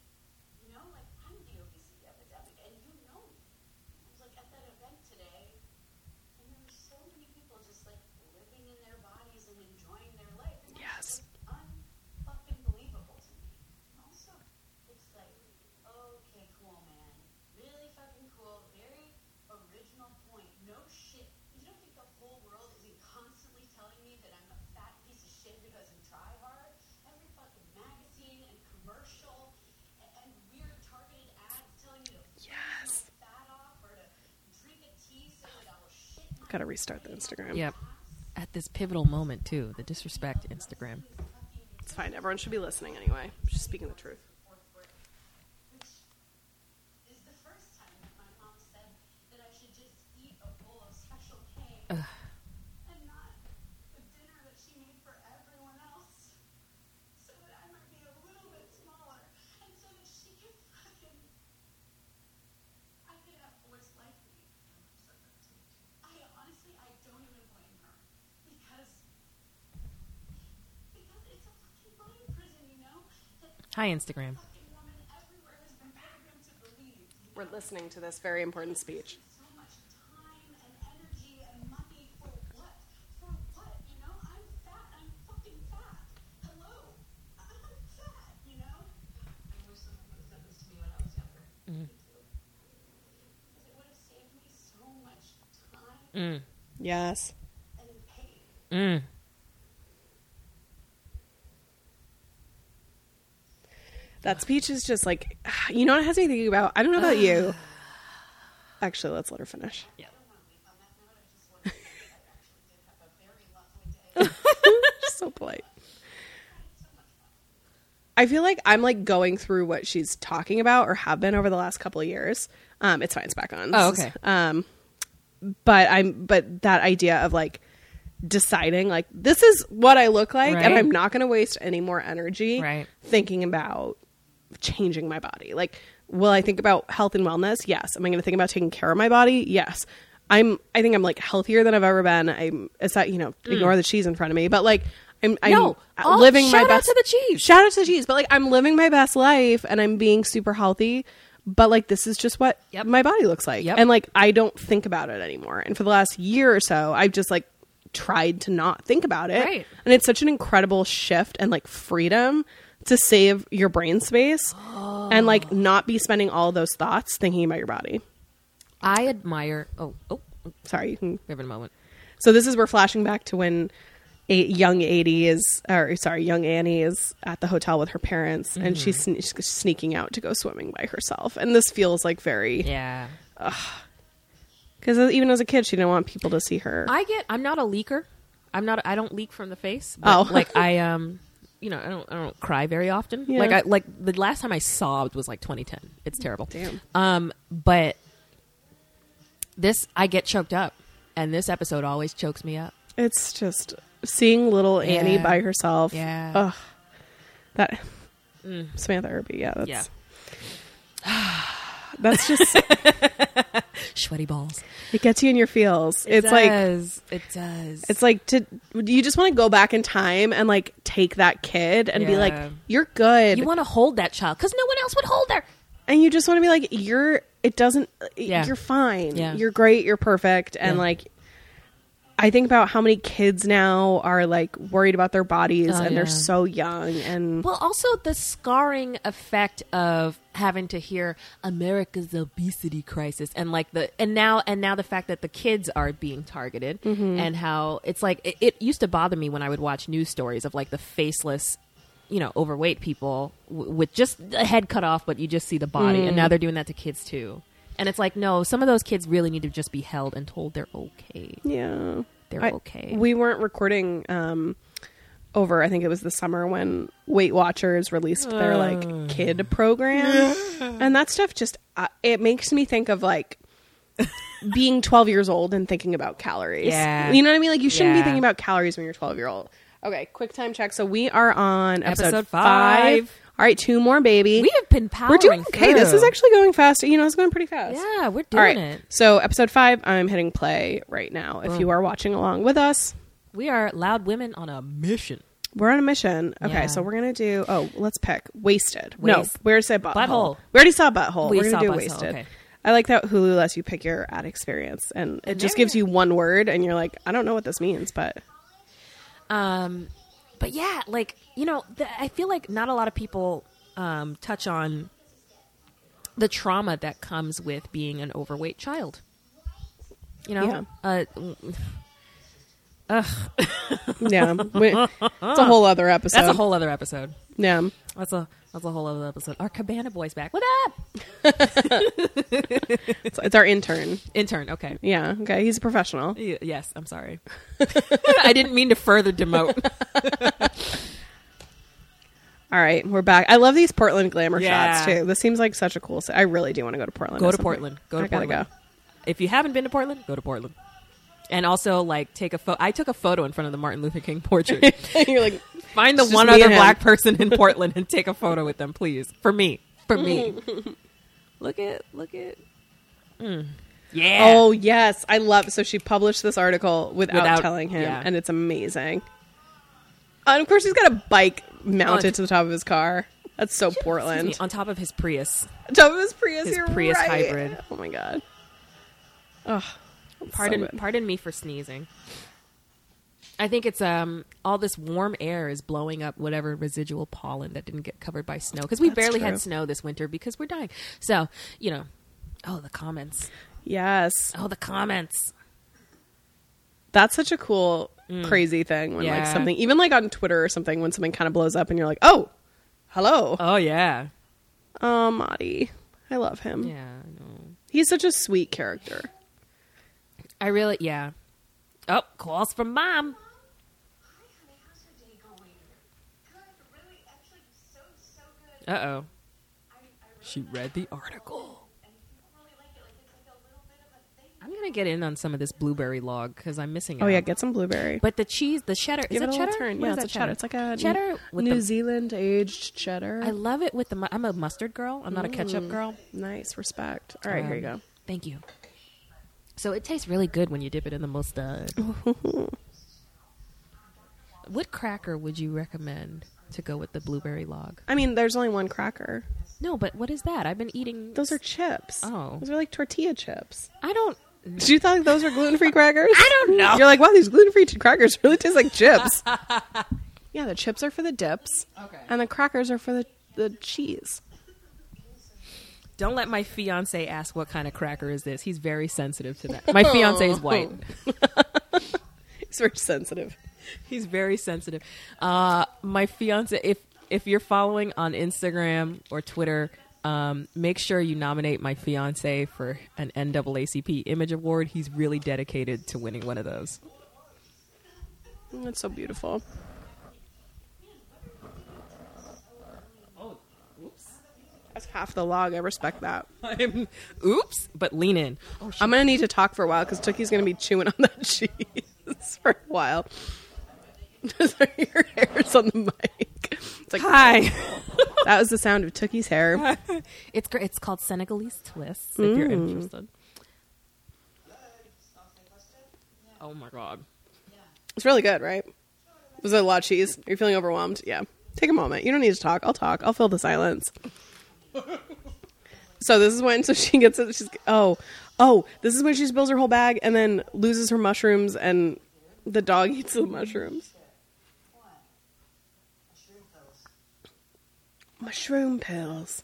A: You know, like I'm the obesity epidemic, and you know me. I was like at that event today, and there were so many people just like living in their bodies and enjoying their life. And that's
C: Yes.
A: like, unfucking believable to me. Also, it's like, okay, cool, man. Really fucking cool. Very original point. No shit. You don't think the whole world isn't constantly telling me that I'm a fat piece of shit who doesn't try hard? Every fucking magazine and commercial and, and weird targeted ads telling me to
C: Yes.
A: fuck my fat off or to drink a tea so that I'll shit my
C: Gotta restart the Instagram.
D: Yep. At this pivotal moment too, the disrespect Instagram.
C: It's fine. Everyone should be listening anyway. She's speaking the truth.
A: is the first time that my mom said that I should just eat a bowl of special K and not the dinner that she made for everyone else so that I might be a little bit smaller and so that she could fucking I could have boys like me. I honestly I don't even blame her because because it's a fucking mind prison, you know? That
D: Hi Instagram.
A: fucking woman everywhere has been programmed to believe.
C: We're listening to this very important speech.
A: So much time and energy and money for what? For what? You know, I'm fat. I'm fucking fat. Hello, I'm fat. You know. I wish someone would have said this to me when I was younger. It would have saved me so much time
C: Yes.
A: and pain.
D: Mm.
C: That speech is just like, you know what it has me thinking about? I don't know about you. Actually, let's let her finish. She's so polite. I feel like I'm like going through what she's talking about or have been over the last couple of years. Um, it's fine. It's back on.
D: Oh,
C: This is-
D: okay.
C: um, but I'm but that idea of like deciding like this is what I look like, and
D: Right.
C: I'm not going to waste any more energy
D: Right.
C: thinking about changing my body. Like, will I think about health and wellness? Yes. Am I going to think about taking care of my body? Yes. I'm. I think I'm like healthier than I've ever been. I'm. It's that you know, ignore the cheese in front of me, but like. I'm, I'm
D: Hmm. No, all-
C: living my
D: oh, shout out
C: best
D: to the cheese.
C: Shout out to the cheese, but like I'm living my best life and I'm being super healthy. But like this is just what
D: Yep.
C: my body looks like,
D: Yep.
C: and like I don't think about it anymore. And for the last year or so, I've just like tried to not think about it.
D: Right.
C: And it's such an incredible shift and like freedom to save your brain space
D: Oh.
C: and like not be spending all those thoughts thinking about your body.
D: I admire oh oh we
C: Sorry, you can
D: have a moment.
C: so this is we're flashing back to when a young 80 is or sorry, young Annie is at the hotel with her parents
D: Mm-hmm.
C: and she's, sne- she's sneaking out to go swimming by herself. And this feels like very
D: Yeah.
C: because even as a kid, she didn't want people to see her.
D: I get. I'm not a leaker. I'm not. I don't leak from the face.
C: Oh.
D: But like I um, you know, I don't. I don't cry very often.
C: Yeah.
D: Like I like the last time I sobbed was like 2010. It's terrible.
C: Damn.
D: Um, but this I get choked up, and this episode always chokes me up.
C: it's just seeing little Annie
D: Yeah.
C: by herself.
D: Yeah. Mm.
C: Ugh. that Samantha Irby. Yeah, that's
D: Yeah.
C: that's just
D: Sweaty balls.
C: it gets you in your feels. it's like
D: does. it does.
C: It's like to you just want to go back in time and like take that kid and be
D: Yeah.
C: like, "You're good,"
D: you want to hold that child because no one else would hold her.
C: and you just want to be like, "You're." It doesn't.
D: Yeah.
C: You're fine.
D: Yeah.
C: You're great. You're perfect. And
D: Yeah.
C: like, I think about how many kids now are like worried about their bodies
D: Oh,
C: and
D: yeah.
C: they're so young and
D: Well, also the scarring effect of having to hear America's obesity crisis, and like the and now and now the fact that the kids are being targeted, and how it's like it, it used to bother me when I would watch news stories of like the faceless, you know, overweight people w- with just a head cut off, but you just see the body, and now they're doing that to kids too. And it's like, no, some of those kids really need to just be held and told they're okay.
C: yeah,
D: They're
C: I-
D: okay.
C: We weren't recording um over. I think it was the summer when Weight Watchers released their
D: Ah.
C: like kid program, and that stuff just uh, it makes me think of like being 12 years old and thinking about calories.
D: Yeah.
C: you know what I mean. Like you shouldn't
D: Yeah.
C: be thinking about calories when you're 12 year old Okay, quick time check. So we are on episode,
D: Episode
C: five.
D: five.
C: All right, two more, baby.
D: We have been powering.
C: We're doing okay. This is
D: through.
C: actually going fast. You know, it's going pretty fast.
D: yeah, we're
C: All
D: doing
C: right.
D: it. Oh.
C: So episode five, I'm hitting play right now. If you are watching along with us,
D: We are loud women on a mission.
C: we're on a mission. Okay,
D: Yeah.
C: so we're gonna do. Oh, let's pick wasted. No,
D: Waste-
C: where's that butthole?
D: Butthole.
C: We already saw butthole.
D: We
C: are gonna
D: saw
C: do
D: butthole,
C: wasted.
D: okay.
C: I like that Hulu lets you pick your ad experience, and it just
D: there-
C: gives you one word, and you're like, I don't know what this means, but
D: Um, but yeah, like you know, the, I feel like not a lot of people um, touch on the trauma that comes with being an overweight child. You know, uh,
C: yeah, we- it's a whole other episode.
D: that's a whole other episode.
C: yeah.
D: That's a that's a whole other episode. Our Cabana Boys back. What up,
C: It's, it's our intern.
D: intern? Okay.
C: Yeah. Okay. He's a professional.
D: Y- Yes, I'm sorry. I didn't mean to further demote.
C: All right, we're back. I love these Portland glamour
D: Yeah.
C: shots too. This seems like such a cool. City. I really do want to go to Portland.
D: Go
C: at
D: to
C: some point.
D: Portland. Go to
C: I gotta
D: Portland.
C: go.
D: If you haven't been to Portland, go to Portland. And also, like, take a photo. I took a photo in front of the Martin Luther King portrait.
C: You're like,
D: Find the
C: just
D: one
C: me
D: other
C: and him.
D: black person in Portland and take a photo with them, please. For me, for me. look at, look at. Mm. Yeah.
C: oh yes, I love. So she published this article without,
D: Without-
C: telling him,
D: yeah.
C: and it's amazing. And of course, he's got a bike mounted
D: On-
C: to the top of his car. That's so
D: Excuse me,
C: Portland.
D: on top of his Prius.
C: top of his Prius.
D: his
C: you're
D: Prius
C: right.
D: hybrid.
C: Oh my god. Oh,
D: Pardon,
C: good.
D: pardon me for sneezing. I think it's um all this warm air is blowing up whatever residual pollen that didn't get covered by snow because we
C: That's
D: barely
C: true.
D: had snow this winter because we're dying. So you know, oh the comments,
C: yes,
D: oh the comments.
C: that's such a cool, crazy thing when like
D: Mm. Yeah.
C: something, even like on Twitter or something, when something kind of blows up, and you're like, oh, hello.
D: Oh yeah,
C: Oh, Marty. I love him.
D: yeah. I know.
C: He's such a sweet character.
D: I really yeah. Oh calls from mom.
A: Hi, honey, how's her day going? Good, really, actually, so, so good.
D: Uh oh.
A: I, I really
D: She read the article.
A: and people really like it. Like, it's like a little bit of a thing.
D: I'm gonna get in on some of this blueberry log because I'm missing it.
C: Oh yeah,
D: out.
C: get some blueberry.
D: but the cheese, the cheddar, is
C: Give it
D: it
C: a
D: cheddar?
C: little turn.
D: What
C: yeah,
D: is
C: it's a
D: that
C: cheddar. It's like a
D: cheddar with
C: New
D: the-
C: Zealand aged cheddar.
D: I love it with the. Mu- I'm a mustard girl. I'm not a ketchup girl.
C: nice respect. Mm-hmm. All right, here you go.
D: Um, Thank you. So it tastes really good when you dip it in the mustard. what cracker would you recommend to go with the blueberry log?
C: I mean, there's only one cracker.
D: No, but what is that? I've been eating.
C: Those are chips.
D: Oh.
C: those are like tortilla chips.
D: I don't.
C: Did you think those are gluten free crackers?
D: I don't know.
C: You're like, wow, these gluten free crackers really taste like chips. yeah, the chips are for the dips,
D: Okay.
C: and the crackers are for the the cheese.
D: Don't let my fiance ask what kind of cracker is this. He's very sensitive to that. My fiance is white.
C: It's very sensitive.
D: He's very sensitive. Uh, my fiance, if if you're following on Instagram or Twitter, um, make sure you nominate my fiance for an NAACP Image Award. He's really dedicated to winning one of those.
C: That's Mm, so beautiful.
D: Oh,
C: That's half the log. I respect that.
D: I'm- oops, but lean in. Oh,
C: I'm gonna need to talk for a while because Tookie's gonna be chewing on that cheese for a while. Your hair's on the mic. It's like
D: hi.
C: that was the sound of Tookie's hair.
D: it's great. It's called Senegalese Twists. If you're interested. Oh my god.
C: It's really good, right? Was it a lot of cheese? Are you feeling overwhelmed? Yeah. Take a moment. You don't need to talk. I'll talk. I'll fill the silence. so this is when so she gets it. She's oh oh this is when she spills her whole bag and then loses her mushrooms and the dog eats the mushrooms. Mushroom pills.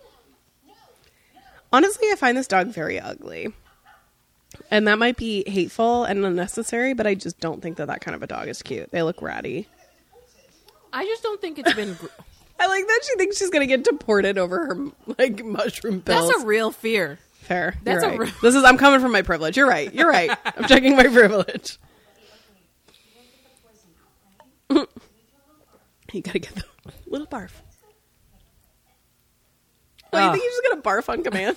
C: Honestly, I find this dog very ugly. And that might be hateful and unnecessary, but I just don't think that that kind of a dog is cute. They look ratty.
D: I just don't think it's been. Gr-
C: I like that she thinks she's gonna get deported over her like mushroom pills.
D: That's a real fear.
C: fair.
D: that's
C: You're
D: a
C: right.
D: re-
C: this is I'm coming from my privilege. You're right. You're right. I'm checking my privilege. you gotta get the little barf. Wait, you
D: Ah.
C: think you're just gonna barf on command?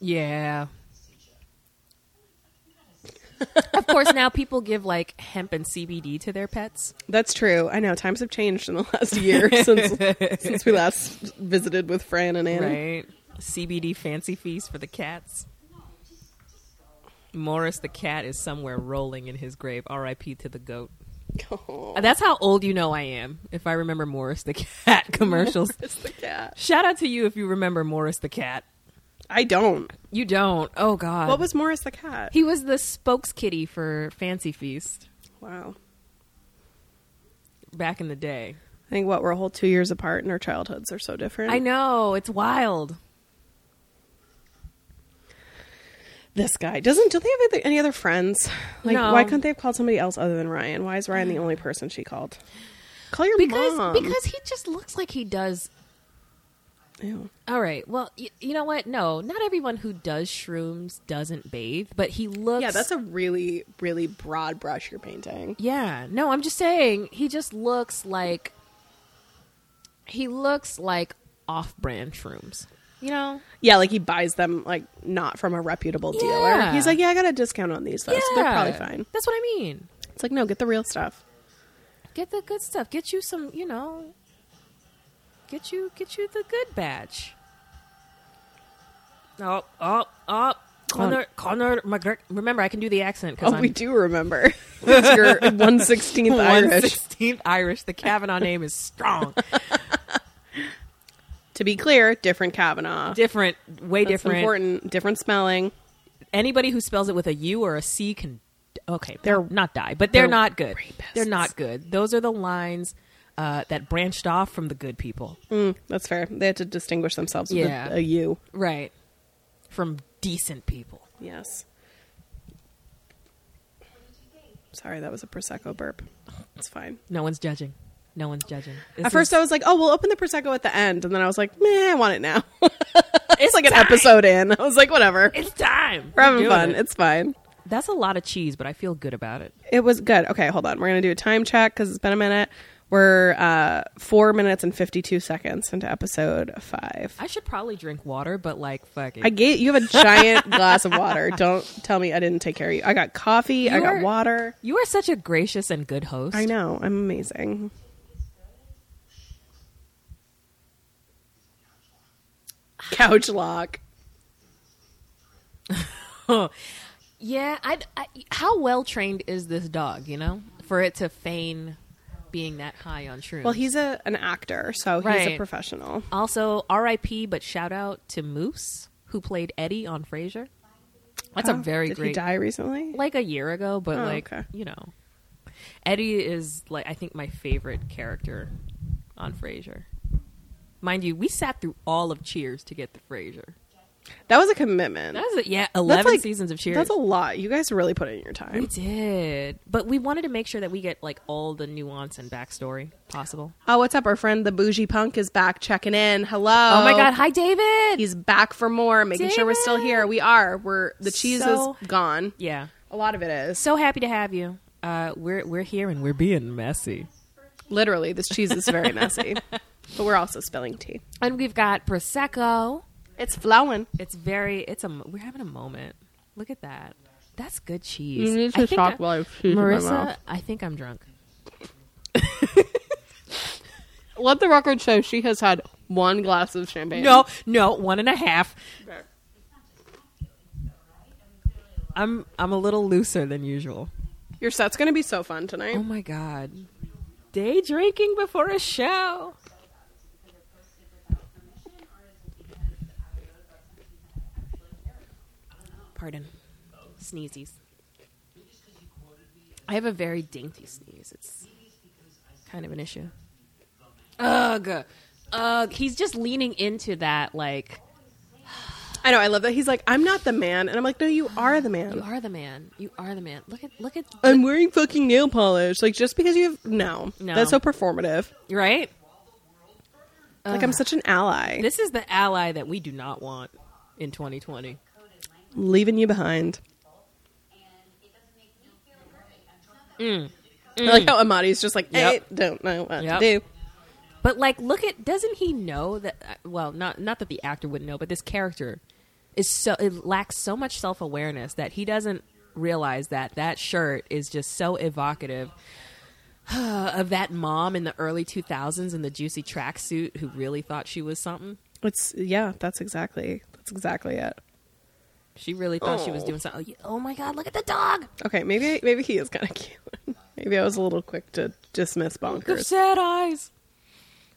D: Yeah. of course, now people give like hemp and CBD to their pets.
C: That's true. I know times have changed in the last year since since we last visited with Fran and Annie.
D: Right. CBD fancy feast for the cats. Morris the cat is somewhere rolling in his grave. R.I.P. to the goat.
C: Oh,
D: That's how old you know I am. If I remember Morris the cat commercials.
C: it's the cat.
D: Shout out to you if you remember Morris the cat.
C: I don't.
D: You don't. Oh God.
C: What was Morris the cat?
D: he was the spokeskitty for Fancy Feast
C: wow.
D: back in the day.
C: I think what we're a whole two years apart, and our childhoods are so different.
D: I know it's wild.
C: this guy doesn't. Do they have other- any other friends? Like,
D: No.
C: why couldn't they have called somebody else other than Ryan? Why is Ryan the only person she called? Call your
D: because
C: mom.
D: because he just looks like he does.
C: Ew.
D: All right. Well, y- you know what? No, not everyone who does shrooms doesn't bathe, but he looks.
C: yeah, that's a really really broad brush you're painting.
D: Yeah. No, I'm just saying he just looks like he looks like off-brand shrooms. You know?
C: Yeah, like he buys them like not from a reputable dealer.
D: Yeah.
C: He's like, yeah, I got a discount on these though, so they're probably fine.
D: That's what I mean.
C: It's like, no, get the real stuff.
D: Get the good stuff. Get you some, you know, get you get you the good batch. Oh, oh, oh. Connor, Connor McGregor. Remember, I can do the accent because
C: Oh,
D: I'm
C: we do remember. It's your one sixteenth Irish.
D: 116th Irish. The Kavanaugh name is strong.
C: To be clear, different Kavanaugh.
D: different, way
C: That's
D: different.
C: important. Different spelling.
D: anybody who spells it with a U or a C can okay,
C: They're-
D: they're not die, but they're,
C: they're
D: not good.
C: rapists.
D: They're not good. Those are the lines uh, that branched off from the good people,
C: Mm, that's fair. They had to distinguish themselves with
D: Yeah.
C: a, a U.
D: right? From decent people.
C: Yes. Sorry, that was a prosecco burp. It's fine.
D: No one's judging. No one's judging. This
C: At first,
D: is-
C: I was like, "Oh, we'll open the prosecco at the end," and then I was like, "Meh, I want it now."
D: it's
C: like an episode in, I was like, "Whatever,
D: It's time.
C: we're having
D: doing
C: fun.
D: it.
C: It's fine."
D: That's a lot of cheese, but I feel good about it.
C: It was good. Okay, hold on. We're gonna do a time check because it's been a minute. We're uh, four minutes and fifty-two seconds into episode five.
D: I should probably drink water, but like, fuck it.
C: I gave you have a giant glass of water. Don't tell me I didn't take care of you. I got coffee. I got
D: are-
C: water.
D: you are such a gracious and good host.
C: I know. I'm amazing. Couch lock.
D: Yeah, I'd, I. How well trained is this dog? You know, for it to feign being that high on shrooms.
C: Well, he's a an actor, so he's a
D: Right.
C: professional.
D: also R.I.P. But shout out to Moose, who played Eddie on Frasier. That's a
C: Oh,
D: very
C: Did
D: great.
C: He die recently.
D: Like a year ago, but
C: Oh,
D: like
C: okay.
D: you know, Eddie is like I think my favorite character on Frasier. Mind you, we sat through all of Cheers to get to Frasier.
C: That was a commitment.
D: That's a, yeah,
C: That's
D: eleven
C: like-
D: seasons of Cheers.
C: That's a lot. You guys really put in your
D: We
C: time.
D: did, but we wanted to make sure that we get like all the nuance and backstory possible.
C: Oh, what's up, our friend the bougie punk is back checking in. Hello.
D: Oh, my god! Hi, David.
C: He's back for more, making sure we're still
D: David!
C: here. We are. We're the cheese
D: So-
C: is gone.
D: yeah,
C: A lot of it is.
D: so happy to have you. Uh, we're we're here and we're being messy,
C: Literally, this cheese is very messy. but we're also spilling tea.
D: and we've got prosecco.
C: It's flowing.
D: It's very. It's a. m- We're having a moment. Look at that. That's good cheese.
C: You need to
D: think
C: talk while I have cheese in my
D: Marissa,
C: mouth.
D: I think I'm drunk.
C: Let the record show she has had one glass of champagne.
D: No, no, one and a half. I'm I'm a little looser than usual.
C: Your set's going to be so fun tonight.
D: Oh my god. Day drinking before a show. Pardon. Sneezies. I have a very dainty sneeze. It's kind of an issue. Ugh. Ugh. He's just leaning into that, like,
C: I know. I love that. He's like, I'm not the man. And I'm like, no, you are the man.
D: you are the man. You are the man. Look at, look at,
C: I'm wearing fucking nail polish. Like, just because you have. No.
D: No.
C: That's so performative.
D: right?
C: Like, I'm such an ally.
D: This is the ally that we do not want in 2020.
C: leaving you behind.
D: Mm.
C: I like how Amadi's just like, I
D: Yep.
C: don't know what
D: Yep.
C: to do.
D: But like, look at doesn't he know that? uh, Well, not not that the actor wouldn't know, but this character is so it lacks so much self awareness that he doesn't realize that that shirt is just so evocative of that mom in the early 2000s in the juicy tracksuit who really thought she was something.
C: It's yeah, that's exactly that's exactly it.
D: She really thought she was doing something. Oh, yeah. Oh my god, look at the dog.
C: Okay, maybe maybe he is kind of cute. maybe I was a little quick to dismiss
D: The
C: bonkers.
D: sad eyes.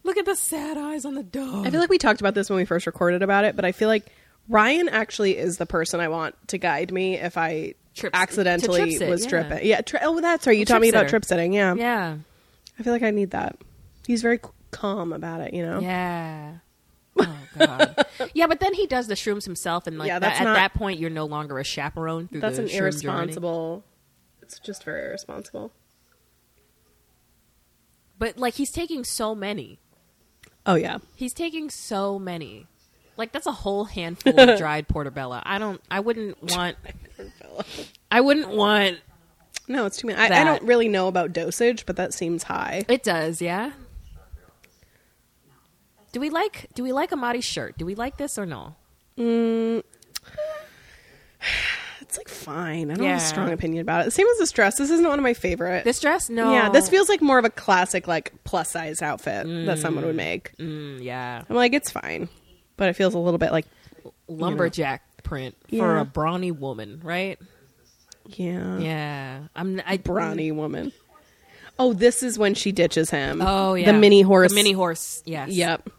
D: Look at the sad eyes on the dog.
C: I feel like we talked about this when we first recorded about it, but I feel like Ryan actually is the person I want to guide me if I
D: Trip- to
C: accidentally
D: trip sit,
C: was
D: yeah.
C: tripping. Yeah, tri- oh, that's right. You
D: Well,
C: taught
D: trip
C: me about
D: sitter.
C: trip sitting. Yeah.
D: yeah.
C: I feel like I need that. He's very c- calm about it, you know.
D: Yeah. Oh god. yeah, but then he does the shrooms himself, and like
C: Yeah,
D: that,
C: that's
D: at
C: not-
D: that point, you're no longer a chaperone. Through
C: That's
D: the
C: an
D: shroom journey.
C: irresponsible. It's just very irresponsible.
D: But like he's taking so many.
C: Oh yeah.
D: He's taking so many. Like that's a whole handful of dried portobello. I don't. I wouldn't want. I wouldn't want.
C: No, it's too many. I, I
D: That.
C: don't really know about dosage, but that seems high.
D: It does, yeah. Do we like? Do we like Amadi's shirt? Do we like this or no?
C: It's like fine. I don't have a
D: Yeah.
C: strong opinion about it. The same as this dress. This isn't one of my favorite.
D: This dress? No.
C: Yeah, this feels like more of a classic like plus size outfit that someone would make.
D: Mm, yeah.
C: I'm like, it's fine, but it feels a little bit like
D: Lumberjack print for
C: Yeah.
D: a brawny woman, right?
C: yeah,
D: Yeah. I'm. I
C: brawny woman. Oh, this is when she ditches him.
D: Oh yeah.
C: the mini horse.
D: The mini horse. Yes.
C: Yep.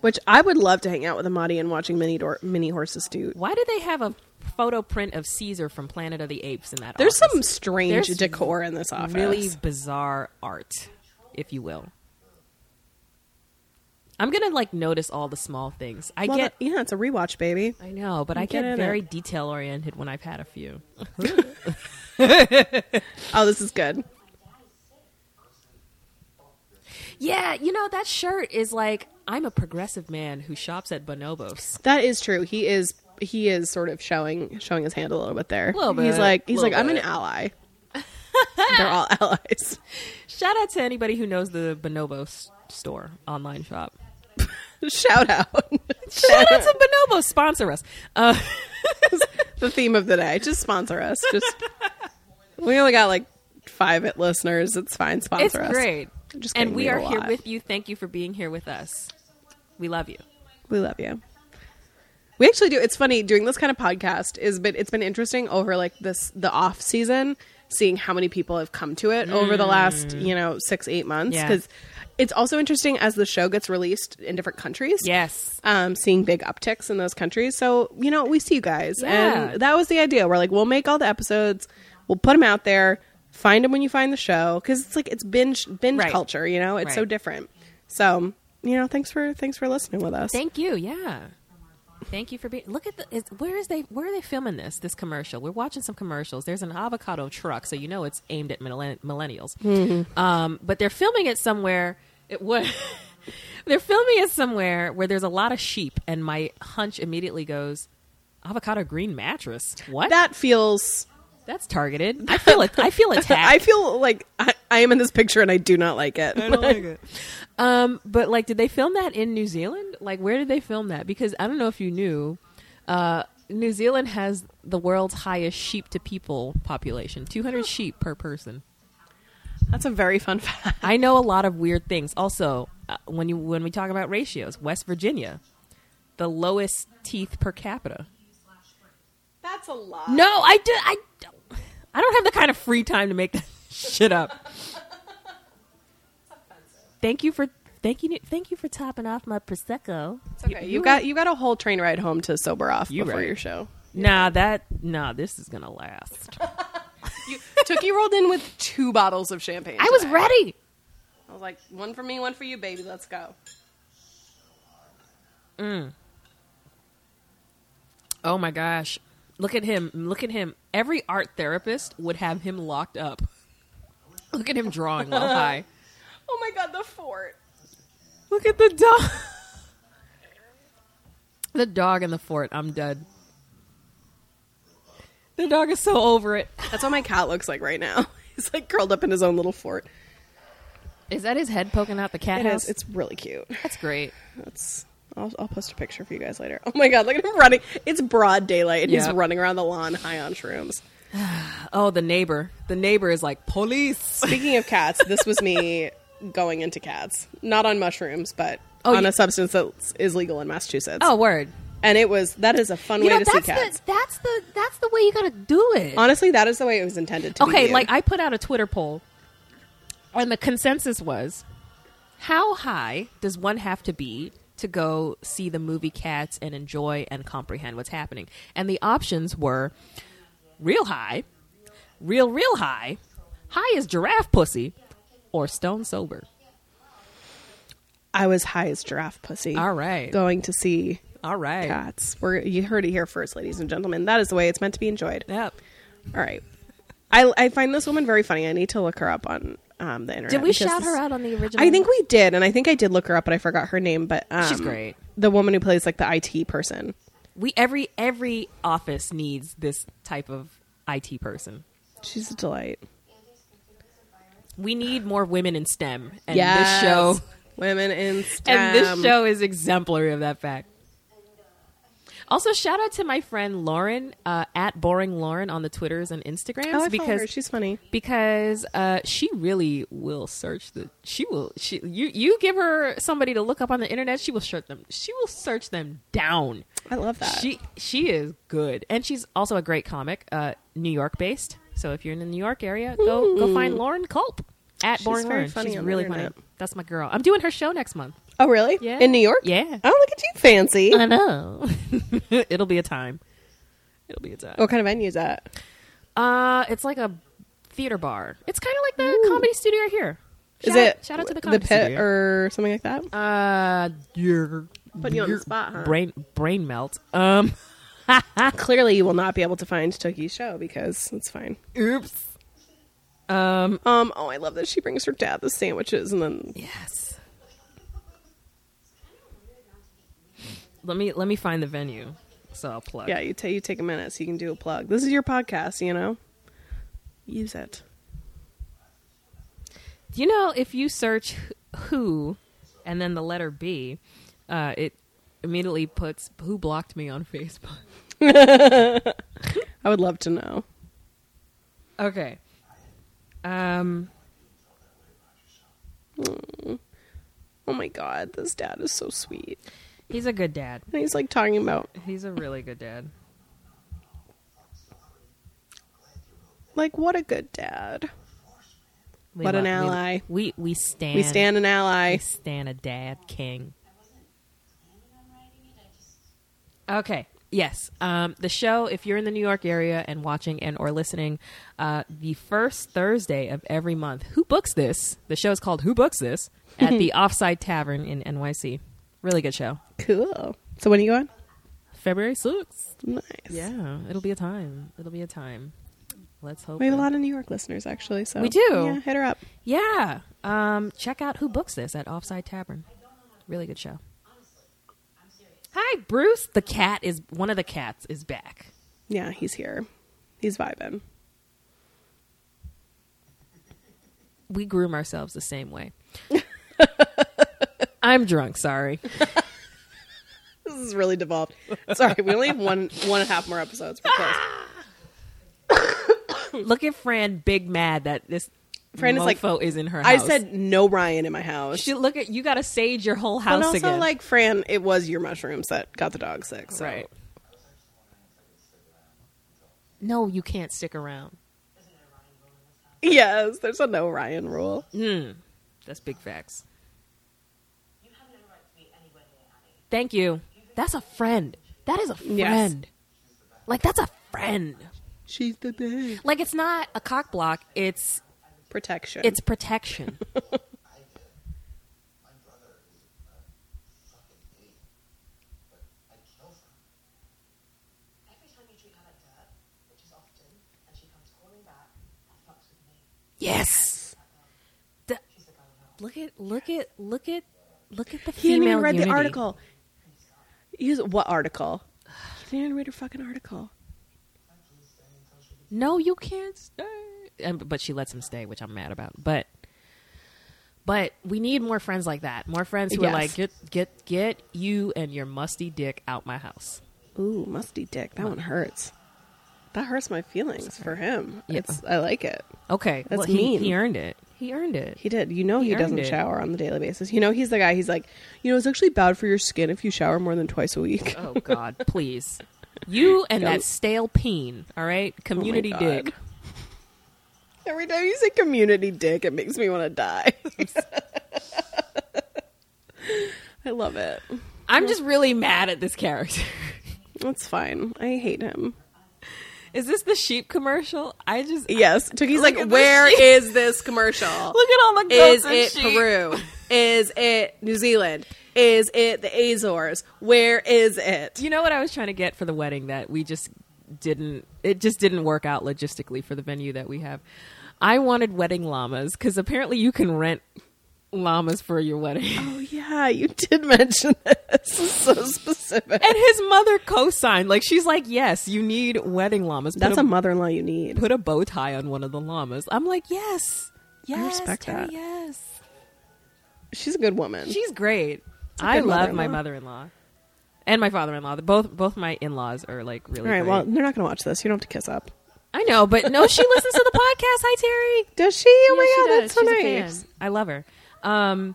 C: Which I would love to hang out with Amadi and watching mini door mini horses do.
D: Why do they have a photo print of Caesar from Planet of the Apes in that?
C: There's
D: office?
C: some strange
D: There's
C: decor in this office.
D: really bizarre art, if you will. I'm gonna like notice all the small things. I
C: Well,
D: get,
C: that- yeah, it's a rewatch, baby.
D: I know, but I
C: get
D: get,
C: in
D: very
C: it.
D: detail oriented when I've had a few.
C: Oh, this is good.
D: Yeah, you know that shirt is like I'm a progressive man who shops at Bonobos.
C: That is true. He is he is sort of showing showing his hand a little bit there.
D: Little
C: He's
D: bit,
C: like he's
D: little
C: like I'm an
D: bit.
C: ally. They're all allies.
D: Shout out to anybody who knows the Bonobo s- store online shop.
C: Shout out.
D: Shout out to Bonobo sponsor us. Uh,
C: the theme of the day. Just sponsor us. Just we only got like five it listeners. It's fine. Sponsor
D: it's
C: us.
D: great,
C: Just kidding,
D: and we
C: need
D: are
C: a
D: here
C: lot.
D: with you. Thank you for being here with us. We love you.
C: We love you. We actually do. It's funny doing this kind of podcast is, but it's been interesting over like this the off season, seeing how many people have come to it over the last you know six eight months.
D: Mm. Yeah.
C: Because it's also interesting as the show gets released in different countries.
D: Yes.
C: Um, seeing big upticks in those countries. So, you know, we see you guys.
D: Yeah.
C: And that was the idea. We're like, we'll make all the episodes, we'll put them out there, find them when you find the show. Cause it's like, it's binge, binge
D: Right.
C: culture, you know, it's so
D: Right.
C: different. So, you know, thanks for, thanks for listening with us.
D: Thank you. Yeah. Thank you for being. Look at the. Is, where is they? Where are they filming this? This commercial. We're watching some commercials. There's an avocado truck, so you know it's aimed at millen- millennials.
C: Mm-hmm.
D: Um, but they're filming it somewhere. It was. they're filming it somewhere where there's a lot of sheep, and my hunch immediately goes, "Avocado green mattress. What?
C: that feels
D: That's targeted. I feel it. I feel attacked.
C: I feel like I, I am in this picture and I do not like it.
D: Um, but like, did they film that in New Zealand? Like, where did they film that? Because I don't know if you knew, uh, New Zealand has the world's highest sheep to people population 200 sheep per person.
C: That's a very fun fact.
D: I know a lot of weird things. Also, uh, when you when we talk about ratios, West Virginia, the lowest teeth per capita.
C: That's a lot.
D: No, I do. I don't, I don't have the kind of free time to make that shit up. thank you for thank you thank you for topping off my prosecco.
C: It's okay. You, got you got a whole train ride home to sober off
D: You
C: before
D: right.
C: your show.
D: Nah, that nah, this is gonna last.
C: Tookie rolled in with two bottles of champagne.
D: I was
C: today.
D: ready.
C: I was like, one for me, one for you, baby. Let's go.
D: Oh my gosh. Look at him. Look at him. Every art therapist would have him locked up. Look at him drawing while high.
C: Oh my god, the fort.
D: Look at the dog. the dog in the fort. I'm dead. The dog is so over it.
C: That's what my cat looks like right now. He's like curled up in his own little fort.
D: Is that his head poking out the cat
C: It
D: house?
C: is. It's really cute.
D: That's great.
C: That's I'll, I'll post a picture for you guys later. Oh my god, look at him running! It's broad daylight, and he's
D: Yep.
C: running around the lawn, high on shrooms.
D: Oh, the neighbor. The neighbor is like, police.
C: Speaking of cats, this was me going into cats, not on mushrooms, but
D: Oh,
C: on
D: you-
C: a substance that is legal in Massachusetts.
D: Oh, word.
C: and it was that is a fun way to see
D: that's
C: cats.
D: the, that's the that's the way you gotta do it.
C: Honestly, that is the way it was intended to be.
D: okay,
C: viewed.
D: like I put out a Twitter poll, and the consensus was, how high does one have to be to go see the movie Cats and enjoy and comprehend what's happening? And the options were real high, real real high, high as giraffe pussy, or stone sober.
C: I was high as giraffe pussy.
D: All right.
C: going to see
D: All right.
C: cats. We're, you heard it here first, ladies and gentlemen. That is the way it's meant to be enjoyed.
D: Yep.
C: All right. I, I find this woman very funny. I need to look her up on um, the internet.
D: Did we
C: because
D: shout
C: this-
D: her out on the original?
C: I think we did, and I think I did look her up, but I forgot her name. But um,
D: She's great.
C: The woman who plays like the IT person.
D: we every every office needs this type of IT person.
C: She's a delight.
D: We need more women in STEM, and
C: Yes.
D: this show
C: women in STEM.
D: and this show is exemplary of that fact. Also, shout out to my friend Lauren uh, at Boring Lauren on the Twitters and Instagrams
C: Oh, I because her.
D: because
C: she's funny.
D: because uh, she really will search the she will she you you give her somebody to look up on the internet she will search them she will search them down.
C: I love that.
D: She she is good, and she's also a great comic, uh, New York based. So if you're in the New York area, go go find Lauren Culp at
C: She's
D: Boring
C: very
D: Lauren.
C: funny
D: she's
C: on the
D: really funny.
C: internet.
D: That's my girl. I'm doing her show next month.
C: oh, really?
D: Yeah.
C: In New York?
D: Yeah.
C: Oh, look at you, fancy.
D: I know. It'll be a time. It'll be a time.
C: what kind of venue is that?
D: Uh, it's like a theater bar. It's kind of like the comedy studio here.
C: Is
D: Shout out-
C: it
D: shout out to the
C: the
D: comedy
C: pit
D: studio.
C: or something like that?
D: uh, your
C: Putting you on the spot, huh?
D: brain brain melt. Um,
C: Clearly, you will not be able to find Toki's show because it's fine.
D: oops. Um,
C: Um. Oh, I love that she brings her dad the sandwiches, and then
D: Yes. Let me let me find the venue, so I'll plug.
C: yeah, you, ta you take a minute so you can do a plug. This is your podcast, you know. Use it.
D: You know, if you search who, and then the letter B, uh, it immediately puts who blocked me on Facebook.
C: I would love to know.
D: Okay. Um.
C: Oh my god, this dad is so sweet,
D: He's a good dad.
C: and he's like talking about
D: He's a really good dad.
C: like what a good dad.
D: We
C: What an
D: lo- we-
C: ally.
D: We we stand.
C: We stand an ally.
D: We stand a dad king.
A: planning on writing it. I just
D: Okay. Yes. Um, the show, if you're in the New York area and watching and or listening, uh, the first Thursday of every month, Who Books This? The show is called Who Books This at the Offside Tavern in NYC. Really good show.
C: Cool. So when are you going?
D: February 6th.
C: Nice.
D: Yeah. It'll be a time. It'll be a time. Let's hope.
C: We have a
D: that-
C: lot of New York listeners, actually. So
D: We do.
C: Yeah, hit her up.
D: Yeah. Um, check out Who Books This at Offside Tavern. Really good show. Hi, Bruce. The cat is one of the cats is back.
C: Yeah, he's here. He's vibing.
D: we groom ourselves the same way. I'm drunk, sorry.
C: This is really devolved. Sorry, we only have one one and a half more episodes. We're close.
D: Look at Fran big mad that this
C: Fran
D: Fran
C: is like-
D: mofo is in her
C: I
D: house.
C: said no Ryan in my house.
D: she look at you got to sage your whole house
C: but also,
D: again.
C: like Fran, it was your mushrooms that got the dog sick. So.
D: right. No, you can't stick around.
C: Yes, there's a no Ryan rule.
D: That's big facts.
A: you have no right to be anywhere near Annie.
D: Thank you. That's a friend. That is a friend.
C: Yes.
D: Like that's a friend.
C: She's the best.
D: Like it's not a cock block, it's
C: Protection.
D: it's protection.
A: Every time you treat her like dirt, which is often, and she comes calling back, that fucks with me.
D: Yes. The- look at look at look at look at the
C: he
D: female
C: didn't even read
D: unity.
C: the article. He's what article? He didn't even read her fucking article.
D: No, you can't stay. Um, but she lets him stay, which I'm mad about. But But we need more friends like that. More friends who
C: Yes.
D: are like, get get get you and your musty dick out my house.
C: Ooh, musty dick. That one hurts. That hurts my feelings for him.
D: Yeah.
C: It's I like it.
D: Okay,
C: That's
D: well, he-
C: mean.
D: He, earned it. He earned it.
C: He did. You know he,
D: earned
C: doesn't
D: it.
C: shower on the daily basis. You know he's the guy. He's like, you know, it's actually bad for your skin if you shower more than twice a week.
D: oh God, please, you and
C: Go.
D: that stale peen. All right, community
C: Oh, God.
D: dick.
C: Every time you say community dick, it makes me want to die. I love it.
D: I'm just really mad at this character.
C: That's fine. I hate him.
D: Is this the sheep commercial? I just
C: Yes. Tookie's like,
D: at this
C: where
D: sheep."
C: is this commercial?
D: look at all the goats
C: Is
D: and
C: it
D: sheep.
C: Peru? Is it New Zealand? Is it the Azores? Where is it?
D: You know what I was trying to get for the wedding that we just didn't. It just didn't work out logistically for the venue that we have. I wanted wedding llamas because apparently you can rent llamas for your wedding.
C: Oh yeah, you did mention this. This is so specific.
D: and his mother co-signed. Like she's like, "Yes, you need wedding llamas. Put
C: That's
D: a,
C: a mother-in-law you need.
D: put a bow tie on one of the llamas." I'm like, "Yes, yes,
C: respect
D: Terry,
C: that.
D: Yes,
C: She's a good woman.
D: she's great.
C: a
D: I
C: good
D: love my
C: mother-in-law.
D: mother-in-law and my father-in-law. They're Both both my in-laws are like really
C: All right.
D: great.
C: Well, they're not going to watch this. You don't have to kiss up.
D: I know, but no, she listens to the podcast. Hi, Terry.
C: Does she? Oh
D: Yeah,
C: my
D: she
C: god,
D: does.
C: that's so
D: She's a
C: nice.
D: fan. I love her. Um,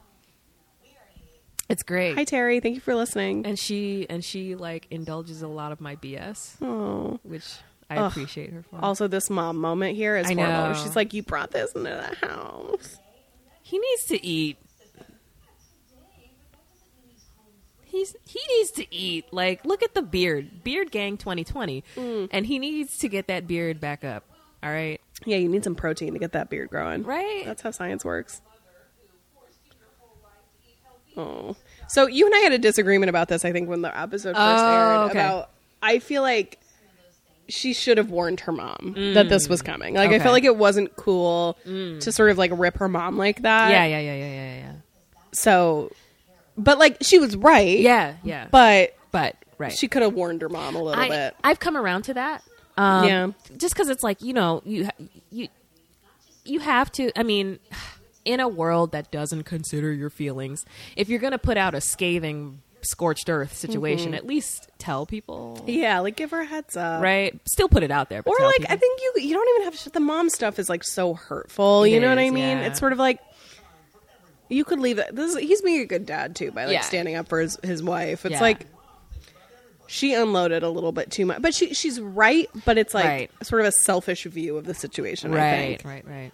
D: it's great.
C: Hi Terry, thank you for listening.
D: and she and she like indulges a lot of my BS,
C: Oh.
D: which I
C: Ugh.
D: appreciate her for.
C: Also, this mom moment here is
D: I
C: horrible.
D: know.
C: She's like, "You brought this into the house."
D: He needs to eat. He's he needs to eat. Like look at the beard, beard gang 2020, and he needs to get that beard back up. All right,
C: Yeah, you need some protein to get that beard growing.
D: right?
C: That's how science works. Oh. So you and I had a disagreement about this, I think, when the episode first
D: Oh,
C: aired.
D: okay.
C: About I feel like she should have warned her mom that this was coming. Like I
D: Mm. Okay. Mm.
C: felt like it wasn't cool to sort of like rip her mom like that.
D: yeah, yeah, yeah, yeah, yeah, yeah,
C: So but like she was right.
D: yeah, yeah.
C: But
D: but right,
C: she could have warned her mom a little
D: I,
C: bit.
D: I've come around to that. Um,
C: Yeah.
D: Just because it's like you know you you you have to. I mean, in a world that doesn't consider your feelings, if you're going to put out a scathing scorched earth situation, at least tell people,
C: Mm-hmm. Yeah, like give her a heads up.
D: right? Still put it out there, but
C: Or
D: tell
C: like
D: people.
C: I think you you don't even have to, the mom stuff is like so hurtful. You
D: It
C: know what I
D: is,
C: mean?
D: yeah.
C: It's sort of like you could leave it. This is, he's being a good dad too by like
D: Yeah.
C: standing up for his, his wife. It's
D: Yeah.
C: like she unloaded a little bit too much, but she she's right. But it's like
D: Right.
C: sort of a selfish view of the situation. I
D: right,
C: think.
D: right, right.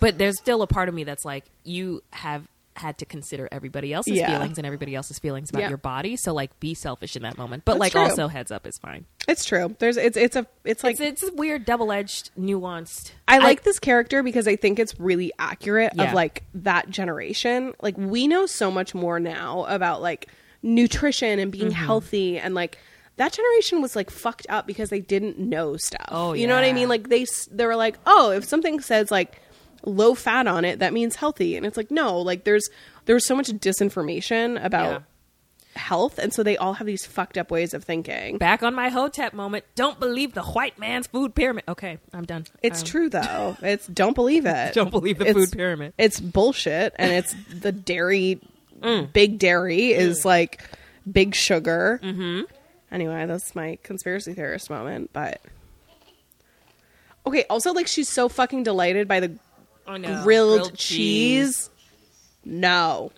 D: But there's still a part of me that's like, you have had to consider everybody else's
C: Yeah.
D: feelings and everybody else's feelings about
C: Yeah.
D: your body. So like, be selfish in that moment, but
C: That's
D: like
C: true.
D: also heads up is fine.
C: It's true. There's it's it's a it's like
D: it's, it's a weird double-edged nuanced
C: I like this character because I think it's really accurate of
D: Yeah.
C: like that generation. Like we know so much more now about like nutrition and being healthy and like that generation was like fucked up because they didn't know stuff.
D: Oh,
C: you know what I
D: yeah.
C: mean? Like they s- they were like, "Oh, if something says like low fat on it, that means healthy." And it's like, "No, like there's there was so much disinformation about health and so they all have these fucked up ways of thinking."
D: back on my hotep moment don't believe the white man's food pyramid okay i'm done
C: It's
D: Um,
C: true though. It's don't believe it.
D: Don't believe the
C: It's-
D: food pyramid.
C: It's bullshit, and it's the dairy. Big dairy is like big sugar. Mm-hmm. Anyway, that's my conspiracy theorist moment. But okay, also like she's so fucking delighted by the
D: oh, no.
C: grilled, cheese. No,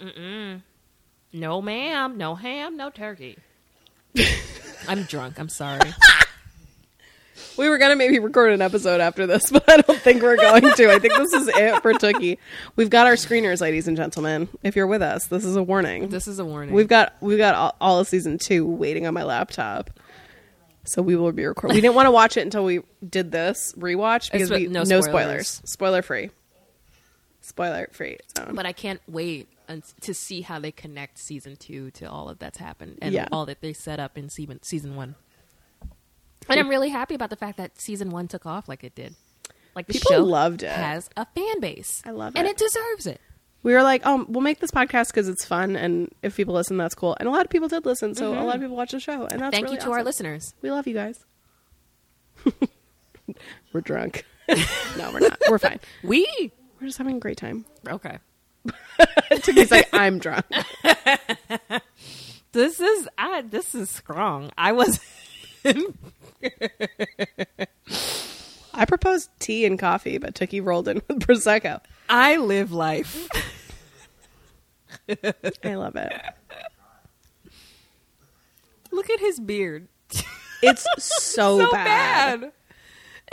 D: no ma'am no ham no turkey i'm drunk i'm sorry
C: we were gonna maybe record an episode after this, but I don't think we're going to. I think this is it for Tookie. We've got our screeners, ladies and gentlemen. If you're with us, this is a warning.
D: this is a warning
C: We've got we've got all, all of season two waiting on my laptop, so we will be recording. We didn't want to watch it until we did this rewatch because
D: what-
C: we no,
D: no spoilers.
C: spoilers, spoiler free, spoiler free. zone.
D: but i can't wait un- to see how they connect season two to all of that's happened and
C: Yeah.
D: all that they set up in season season one and i'm really happy about the fact that season one took off like it did like the
C: People
D: show
C: loved it.
D: has a fan base
C: I love
D: and
C: it.
D: it deserves it
C: we were like, um, we'll make this podcast because it's fun, and if people listen, that's cool. And a lot of people did listen, so a lot of people watched the show, and that's
D: Mm-hmm. thank
C: really
D: you to our
C: awesome.
D: listeners
C: We love you guys. we're drunk. no, we're not. We're fine.
D: We
C: We're just having a great time.
D: okay.
C: to me. He's like, I'm drunk.
D: This is I, this is strong. I was
C: I proposed tea and coffee, but Tookie rolled in with prosecco.
D: I live life.
C: I love it.
D: Look at his beard.
C: It's so,
D: so
C: bad.
D: bad.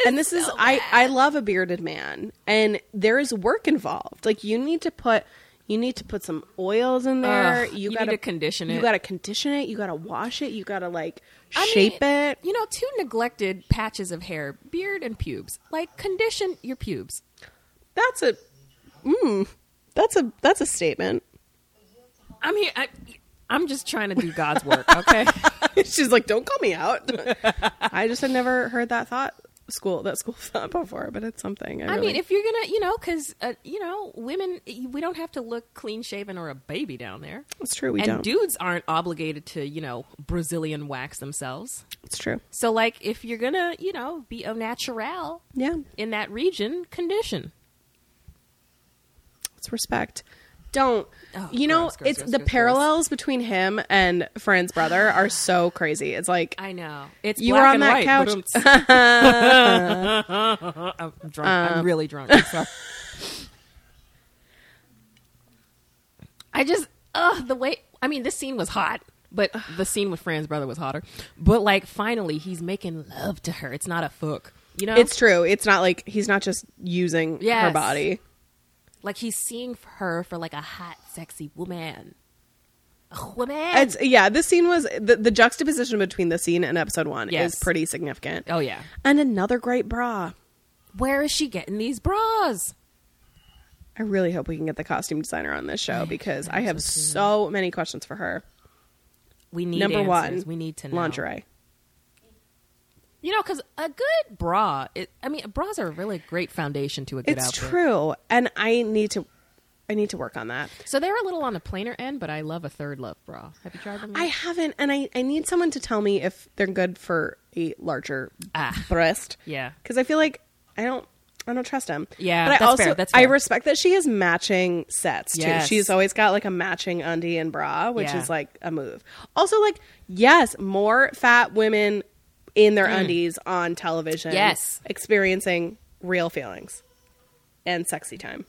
C: and this is I I love a bearded man, and there is work involved. Like you need to put you need to put some oils in there.
D: Ugh,
C: you
D: you need
C: gotta
D: to condition
C: You
D: it.
C: gotta condition it. You gotta wash it. You gotta like
D: I
C: shape
D: mean,
C: it.
D: You know, two neglected patches of hair, beard and pubes. Like condition your pubes.
C: That's a mm, that's a that's a statement.
D: I'm here I I'm just trying to do God's work, okay?
C: She's like, don't call me out. I just had never heard that thought school that school thought before, but it's something. I,
D: I
C: really-
D: mean, if you're gonna, you know, because uh, you know, women, we don't have to look clean shaven or a baby down there,
C: it's true, we
D: and
C: don't.
D: dudes aren't obligated to, you know, Brazilian wax themselves.
C: it's true.
D: So, like, if you're gonna, you know, be au naturel
C: Yeah,
D: in that region, condition.
C: it's respect. Don't
D: Oh,
C: you know?
D: gross, gross,
C: it's
D: gross,
C: the
D: gross, gross.
C: parallels between him and Fran's brother are so crazy. It's like
D: I know it's
C: You
D: black
C: were on
D: and
C: that
D: white,
C: couch.
D: but I'm- I'm drunk. I'm really drunk. I'm sorry. I just ugh the way. I mean, this scene was hot, but the scene with Fran's brother was hotter. But like, finally, he's making love to her. It's not a fuck. You know,
C: it's true. It's not like he's not just using her
D: Yes.
C: body.
D: like he's seeing her for like a hot, sexy woman. A woman.
C: It's yeah. This scene was the, the juxtaposition between the scene and episode one
D: Yes.
C: is pretty significant.
D: oh yeah.
C: And another great bra.
D: Where is she getting these bras?
C: I really hope we can get the costume designer on this show because I have so many questions for her.
D: We need
C: Number
D: answers.
C: one,
D: We need to know.
C: lingerie.
D: You know, because a good bra, it, I mean, bras are a really great foundation to a good
C: It's
D: outfit.
C: true, and I need to, I need to work on that.
D: So they're a little on the plainer end, but I love a third love bra. Have you tried them?
C: I
D: yet?
C: haven't, and I, I need someone to tell me if they're good for a larger
D: Ah.
C: breast.
D: Yeah.
C: because I feel like I don't. I don't trust him.
D: Yeah,
C: but I
D: that's
C: also
D: fair, that's
C: I
D: fair.
C: respect that she has matching sets too.
D: Yes.
C: She's always got like a matching undie and bra, which
D: Yeah.
C: is like a move. Also, like yes, more fat women in their undies on television.
D: Mm. Yes.
C: experiencing real feelings and sexy time.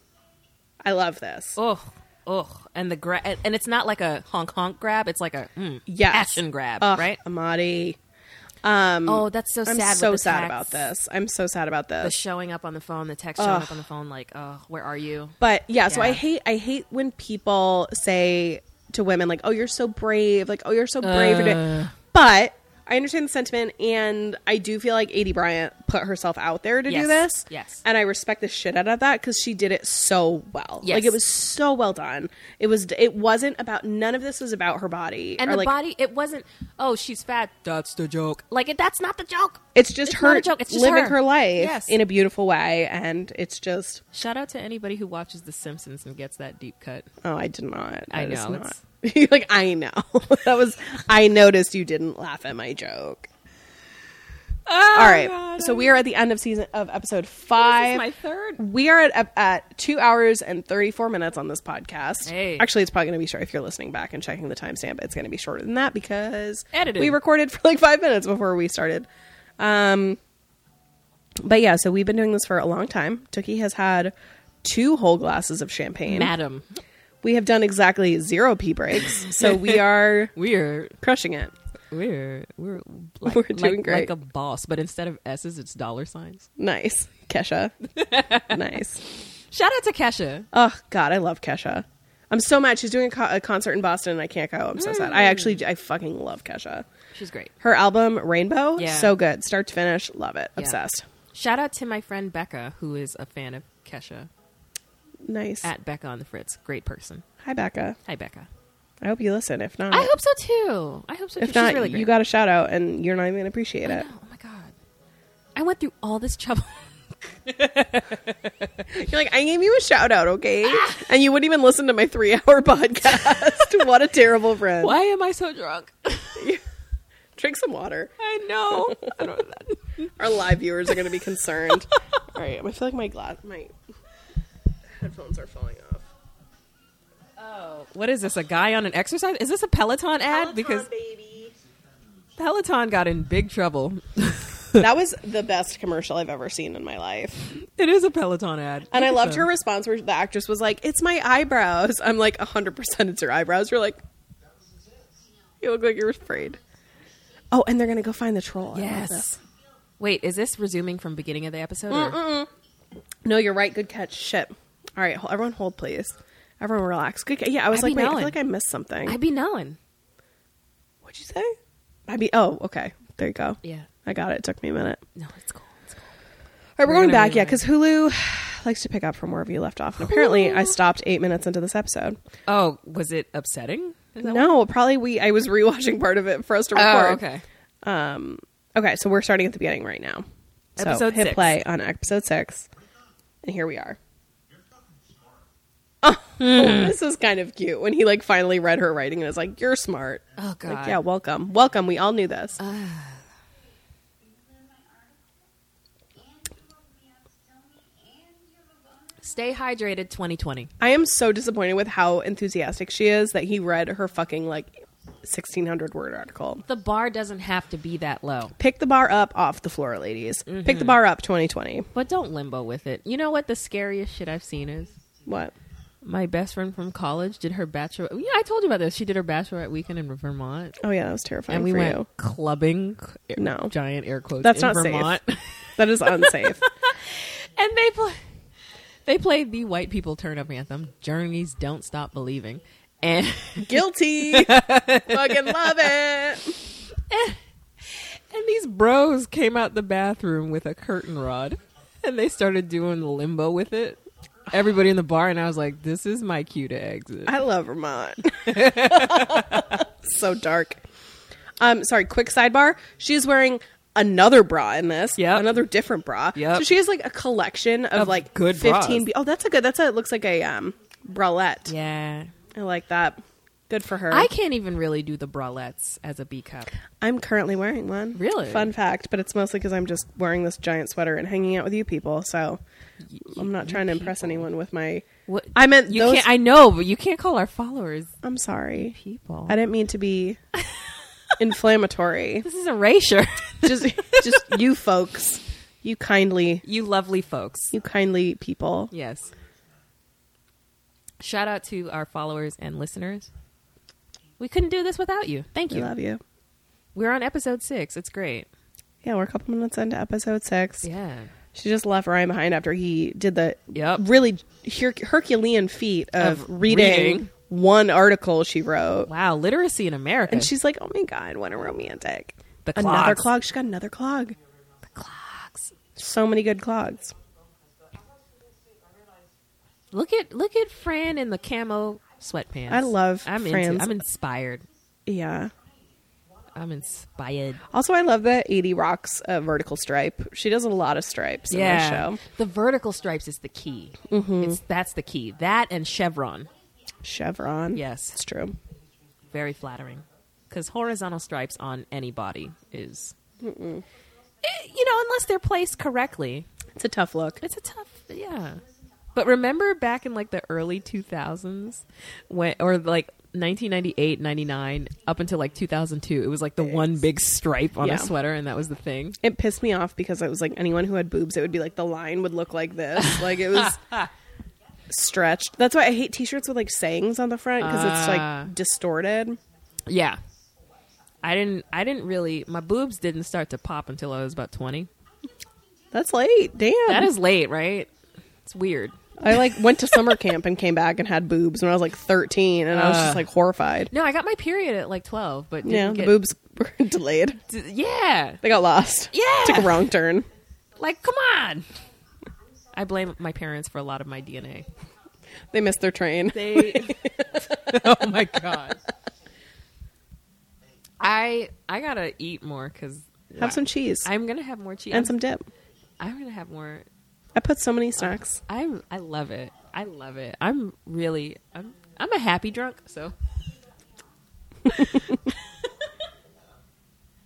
C: I love this.
D: Ugh, ugh, and the gra- and and it's not like a honk honk grab. It's like a mm,
C: Yes.
D: action grab,
C: Ugh,
D: right?
C: Amadi.
D: oh, that's so
C: I'm
D: sad.
C: so
D: with the
C: sad
D: texts,
C: about this. I'm so sad about
D: The
C: this.
D: showing up on the phone, the text showing up on the phone, like, oh, where are you?
C: But yeah, so I
D: Yeah.
C: hate I hate when people say to women like, "Oh, you're so brave," like, "Oh, you're so brave." for
D: Uh.
C: doing-" But I understand the sentiment, and I do feel like Adie Bryant put herself out there to do
D: Yes,
C: this.
D: yes.
C: and I respect the shit out of that because she did it so well.
D: Yes.
C: Like it was so well done. It was. It wasn't about none of this was about her body
D: And
C: or,
D: the
C: like,
D: body, it wasn't. Oh, she's fat. That's the joke. Like, it, that's not the joke.
C: It's just
D: It's not
C: her
D: a joke. It's just
C: living
D: her.
C: her, life
D: Yes.
C: in a beautiful way, and it's just.
D: Shout out to anybody who watches The Simpsons and gets that deep cut.
C: Oh, I did not.
D: I
C: That is
D: know,
C: Not. You're like I know. that was. I noticed you didn't laugh at my joke.
D: Ah! Oh,
C: All right. so we are at the end of season of episode five.
D: my third.
C: We are at, at two hours and thirty four minutes on this podcast.
D: Hey.
C: Actually, it's probably going to be short if you're listening back and checking the timestamp. It's going to be shorter than that because
D: Edited.
C: we recorded for like five minutes before we started. Um, but yeah, so we've been doing this for a long time. Tookie has had two whole glasses of champagne.
D: Madam.
C: We have done exactly zero pee breaks, so we are
D: We're
C: crushing it.
D: we're we're like,
C: We're doing
D: like,
C: great.
D: like a boss, but instead of S's, it's dollar signs.
C: Nice, Kesha. nice.
D: Shout out to Kesha.
C: Oh God, I love Kesha. I'm so mad. She's doing a, co- a concert in Boston, and I can't go. I'm so sad. I actually, I fucking love Kesha.
D: She's great.
C: Her album Rainbow,
D: Yeah.
C: so good, start to finish. Love it.
D: Yeah.
C: Obsessed.
D: Shout out to my friend Becca, who is a fan of Kesha.
C: Nice.
D: At Becca on the Fritz, great person.
C: Hi, Becca.
D: Hi, Becca.
C: I hope you listen. If not,
D: I hope so too. I hope so.
C: if
D: too.
C: not,
D: She's really great.
C: you got a shout out, and you're not even gonna appreciate
D: I
C: it.
D: know. Oh my god, I went through all this trouble.
C: You're like, I gave you a shout out, okay? and you wouldn't even listen to my three hour podcast. what a terrible friend.
D: Why am I so drunk?
C: Drink some water.
D: I know. I don't.
C: Our live viewers are going to be concerned. All right, I feel like my glass, my headphones are falling off.
D: oh What is this? A guy on an exercise? Is this a Peloton ad?
A: Peloton,
D: because
A: baby.
D: Peloton got in big trouble.
C: that was the best commercial I've ever seen in my life.
D: it is a Peloton ad.
C: And I loved her response where the actress was like, It's my eyebrows. I'm like, 100% it's your eyebrows. You're like, You look like you're afraid. Oh, and they're going to go find the troll. I love that.
D: Yes. Wait, is this resuming from beginning of the episode? or-
C: No, you're right. Good catch. Shit. All right. hol- Everyone hold, please. Everyone relax. Good. ca- Yeah, I was
D: I be
C: like, wait, I
D: knowing.
C: feel like I missed something.
D: I be knowing.
C: What'd you say? I be, oh, okay. There you go.
D: Yeah.
C: I got it. It took me a minute.
D: No, it's cool. It's cool.
C: All right, we're,
D: We're
C: going
D: gonna
C: back, yeah,
D: rewind.
C: because Hulu likes to pick up from wherever you left off. And apparently, I stopped eight minutes into this episode.
D: Oh, was it upsetting? Is that
C: No, probably we. I was rewatching part of it for us to
D: what-
C: record.
D: Oh, okay.
C: Okay, so we're starting at the beginning right now. So
D: Episode
C: hit
D: six.
C: play on episode six, and here we are. Oh, this is kind of cute when he like finally read her writing and is like, "You're smart."
D: Oh god.
C: Like, yeah, welcome, welcome. We all knew this.
D: Stay hydrated 2020.
C: I am so disappointed with how enthusiastic she is that he read her fucking like sixteen hundred word article.
D: The bar doesn't have to be that low.
C: Pick the bar up off the floor, ladies. Pick
D: Mm-hmm.
C: the bar up 2020.
D: But don't limbo with it. You know what the scariest shit I've seen is?
C: What?
D: My best friend from college did her bachelor. Yeah, I told you about this. She did her bachelorette weekend in Vermont,
C: Oh yeah, that was terrifying
D: and we
C: for
D: went
C: you.
D: clubbing. air-
C: No.
D: giant air quotes.
C: That's
D: in
C: not safe.
D: Vermont.
C: That is unsafe.
D: and they play, they played the white people turn up anthem. Journeys don't stop believing, and
C: Guilty. Fucking love it.
D: and these bros came out the bathroom with a curtain rod, and they started doing limbo with it. Everybody in the bar, and I was like, "This is my cue to exit."
C: I love Vermont. so dark. Um, sorry. Quick sidebar. She's wearing another bra in this.
D: Yep.
C: Another different bra.
D: Yep.
C: So she has like a collection of,
D: Of
C: like
D: good
C: fifteen.
D: bras.
C: Be- oh, that's a good. That's a. It looks like a um bralette.
D: yeah,
C: I like that. Good for her.
D: I can't even really do the bralettes as a B cup.
C: I'm currently wearing one.
D: Really?
C: Fun fact, but it's mostly because I'm just wearing this giant sweater and hanging out with you people. So I'm not trying to impress anyone with my.
D: What
C: I meant
D: you
C: those.
D: can't. I know, but you can't call our followers
C: I'm sorry.
D: people.
C: I didn't mean to be inflammatory.
D: this is erasure.
C: Just, just you folks, you kindly,
D: you lovely folks.
C: you kindly people.
D: Yes. Shout out to our followers and listeners. We couldn't do this without you. Thank
C: We
D: you.
C: love you.
D: We're on episode six. It's great.
C: Yeah, we're a couple minutes into episode six.
D: Yeah.
C: She just left Ryan behind after he did the
D: Yep.
C: really her- Herculean feat of,
D: Of
C: reading
D: reading.
C: one article she wrote.
D: Wow. Literacy in America.
C: And she's like, "Oh my god, what a romantic!"
D: The
C: Another
D: clogs.
C: clog. She got another clog.
D: Clocks.
C: So many good clogs.
D: Look at look at Fran in the camo sweatpants.
C: I love
D: I'm
C: Fran's-
D: Into, I'm inspired.
C: Yeah.
D: I'm inspired.
C: Also, I love that 80 Rock's uh, vertical stripe. She does a lot of stripes in the show.
D: The vertical stripes is the key.
C: Mm-hmm.
D: It's that's the key. That and chevron.
C: Chevron.
D: Yes.
C: It's true.
D: very flattering because horizontal stripes on any body is Eh, you know unless they're placed correctly
C: It's a tough look.
D: it's a tough yeah but remember back in like the early 2000s when or like 1998 99 up until like 2002 it was like the one big stripe on
C: Yeah.
D: a sweater and that was the thing
C: It pissed me off because it was like anyone who had boobs, it would be like the line would look like this. Like it was stretched. That's why I hate t shirts with like sayings on the front because it's
D: Ah.
C: like distorted.
D: yeah i didn't i didn't really my boobs didn't start to pop until i was about 20
C: That's late. Damn.
D: that is late right it's weird
C: I like went to summer camp and came back and had boobs when I was like 13 and I was just like horrified.
D: no i got my period at like 12 but didn't
C: Yeah, the
D: get-
C: boobs were delayed.
D: D- yeah
C: They got lost.
D: Yeah.
C: Took a wrong turn.
D: Like, come on. I blame my parents for a lot of my DNA.
C: They missed their train.
D: They Oh my god. I I got to eat more cuz
C: have some cheese
D: I'm going to have more cheese.
C: and some dip.
D: I'm going to have more.
C: I put so many snacks.
D: I I love it. I love it. I'm really I'm I'm a happy drunk, so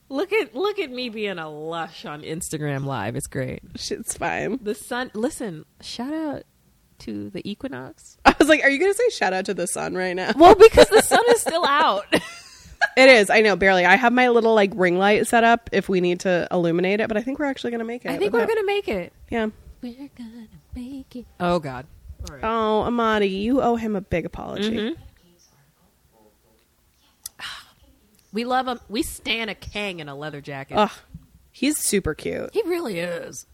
D: Look at look at me being a lush on Instagram live. It's great.
C: Shit's fine.
D: The sun. Listen, shout out to the Equinox.
C: was like, are you going to say shout out to the sun right now?
D: Well, because the sun is still out.
C: It is. I know, barely. I have my little like ring light set up if we need to illuminate it, but I think we're actually going to make it.
D: I think we're going to make it.
C: Yeah.
D: We're going to make it. Oh, God. All right.
C: Oh, Amadi, you owe him a big apology.
D: Mm-hmm. We love him. We stand a Kang in a leather jacket.
C: Ugh. He's super cute.
D: He really is.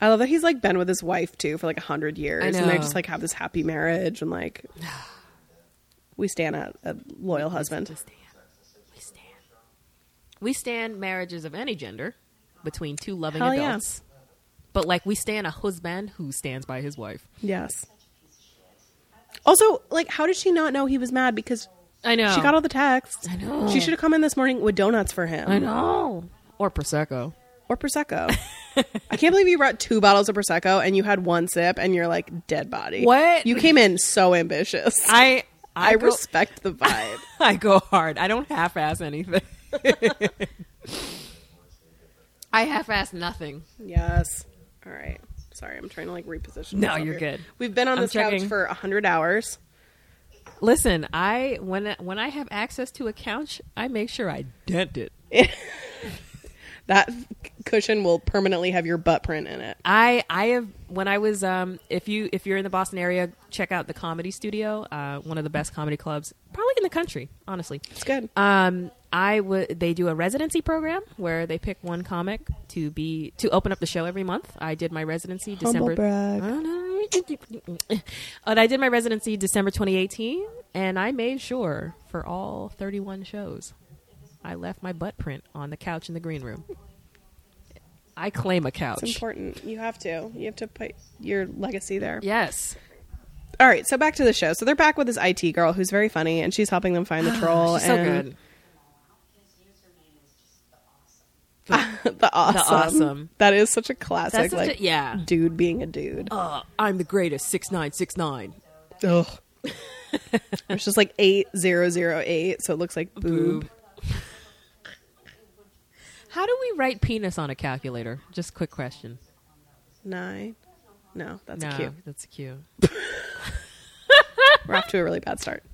C: I love that he's like been with his wife too for like a hundred years,
D: I
C: and they
D: know.
C: just like have this happy marriage, and like we stand a, a loyal husband.
D: We stand. We stand. We stand marriages of any gender between two loving
C: Hell yeah.
D: adults. But like we stand a husband who stands by his wife.
C: Yes. Also, like, how did she not know he was mad? Because
D: I know.
C: she got all the texts.
D: I know.
C: She should have come in this morning with donuts for him.
D: I know. Or prosecco.
C: Or prosecco. I can't believe you brought two bottles of prosecco and you had one sip, and you're like dead body.
D: What?
C: You came in so ambitious. I,
D: I I, go,
C: respect the vibe.
D: I go hard. I don't half-ass anything. I half-ass nothing.
C: yes. All right. Sorry, I'm trying to like reposition.
D: No,
C: myself
D: you're
C: here.
D: good.
C: We've been on
D: I'm
C: this couch
D: checking.
C: for hundred hours.
D: Listen, I when when I have access to a couch, I make sure I dent it.
C: That cushion will permanently have your butt print in it.
D: I I have when I was um if you if you're in the Boston area, check out the Comedy Studio, uh, one of the best comedy clubs probably in the country, honestly.
C: It's good.
D: Um, I would they do a residency program where they pick one comic to be to open up the show every month. I did my residency December. and I did my residency December 2018, and I made sure for all 31 shows, I left my butt print on the couch in the green room. I claim a couch.
C: It's important. You have to. You have to put your legacy there.
D: Yes.
C: All right. So back to the show. So they're back with this IT girl who's very funny, and she's helping them find the troll.
D: Ah, She's so
C: and
D: good.
A: His username is just the awesome.
C: The awesome.
D: awesome.
C: That is such a classic.
D: That's such
C: like
D: a- yeah.
C: dude being a dude.
D: Uh, I'm the greatest. Six nine six nine.
C: Ugh. it's just like eight zero zero eight, so it looks like boob.
D: How do we write penis on a calculator? Just quick question.
C: nine. No, that's
D: no,
C: cute.
D: that's cute.
C: We're off to a really bad start.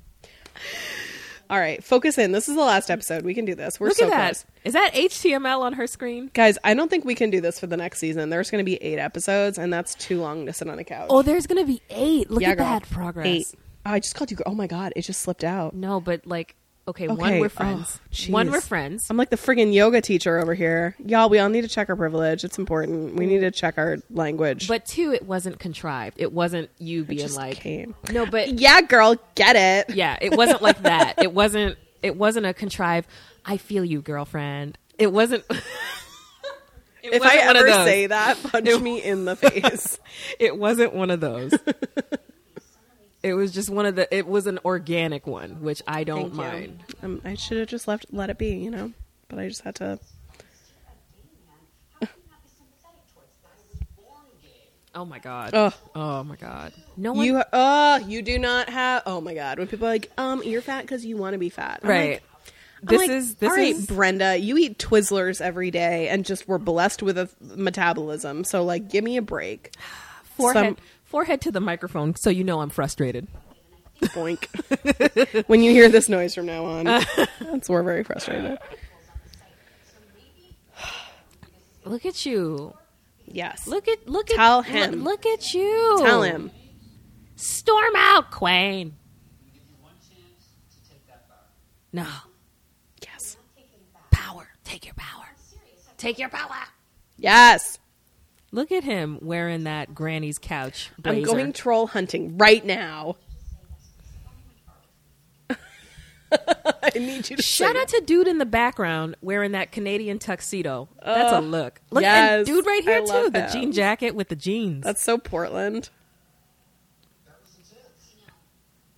C: All right, focus in. This is the last episode. We can do this. We're
D: Look
C: so
D: at that.
C: close.
D: Is that HTML on her screen?
C: Guys, I don't think we can do this for the next season. There's going to be eight episodes, and that's too long to sit on a couch.
D: Oh, there's gonna be eight. Look
C: Yeah,
D: at
C: girl.
D: that progress.
C: Eight. Oh, I just called you. gr- Oh my god, it just slipped out.
D: No, but like, okay, one
C: Okay,
D: we're friends.
C: oh, jeez.
D: one we're friends.
C: I'm like the friggin' yoga teacher over here, y'all. We all need to check our privilege. It's important. We need to check our language.
D: But two, it wasn't contrived. It wasn't you being
C: just
D: like,
C: came.
D: no, but
C: yeah, girl, get it.
D: yeah, it wasn't like that. It wasn't. It wasn't a contrived. I feel you, girlfriend. It wasn't. It
C: if I
D: wasn't one of
C: ever
D: those.
C: say that, punch me in the face.
D: it wasn't one of those. it was just one of the. It was an organic one, which I don't mind.
C: Um, I should have just left, let it be, you know. But I just had to.
D: Oh my god.
C: Ugh.
D: Oh my god. No one.
C: You, uh, you do not have. Oh my god! When people are like, um, you're fat because you want to be fat, I'm
D: right.
C: like- I'm
D: this
C: like,
D: is this
C: all right,
D: is
C: Brenda. You eat Twizzlers every day, and just were blessed with a metabolism. So like, give me a break.
D: forehead
C: some-
D: forehead to the microphone, so you know I'm frustrated.
C: Boink. when you hear this noise from now on, that's we're very frustrated.
D: Look at you.
C: Yes.
D: Look at look at
C: Tell
D: look-
C: him.
D: Look, at you.
C: Tell him.
D: Storm out, Quain. No.
C: Yes.
D: Power. Take your power. Take your power.
C: Yes.
D: Look at him wearing that granny's couch
C: I'm
D: blazer.
C: going troll hunting right now. I need you to
D: Shout
C: sing.
D: out to dude in the background wearing that Canadian tuxedo. That's a look. Look
C: yes.
D: and dude right
C: I
D: here
C: love
D: too. The
C: him.
D: jean jacket with the jeans.
C: That's so Portland.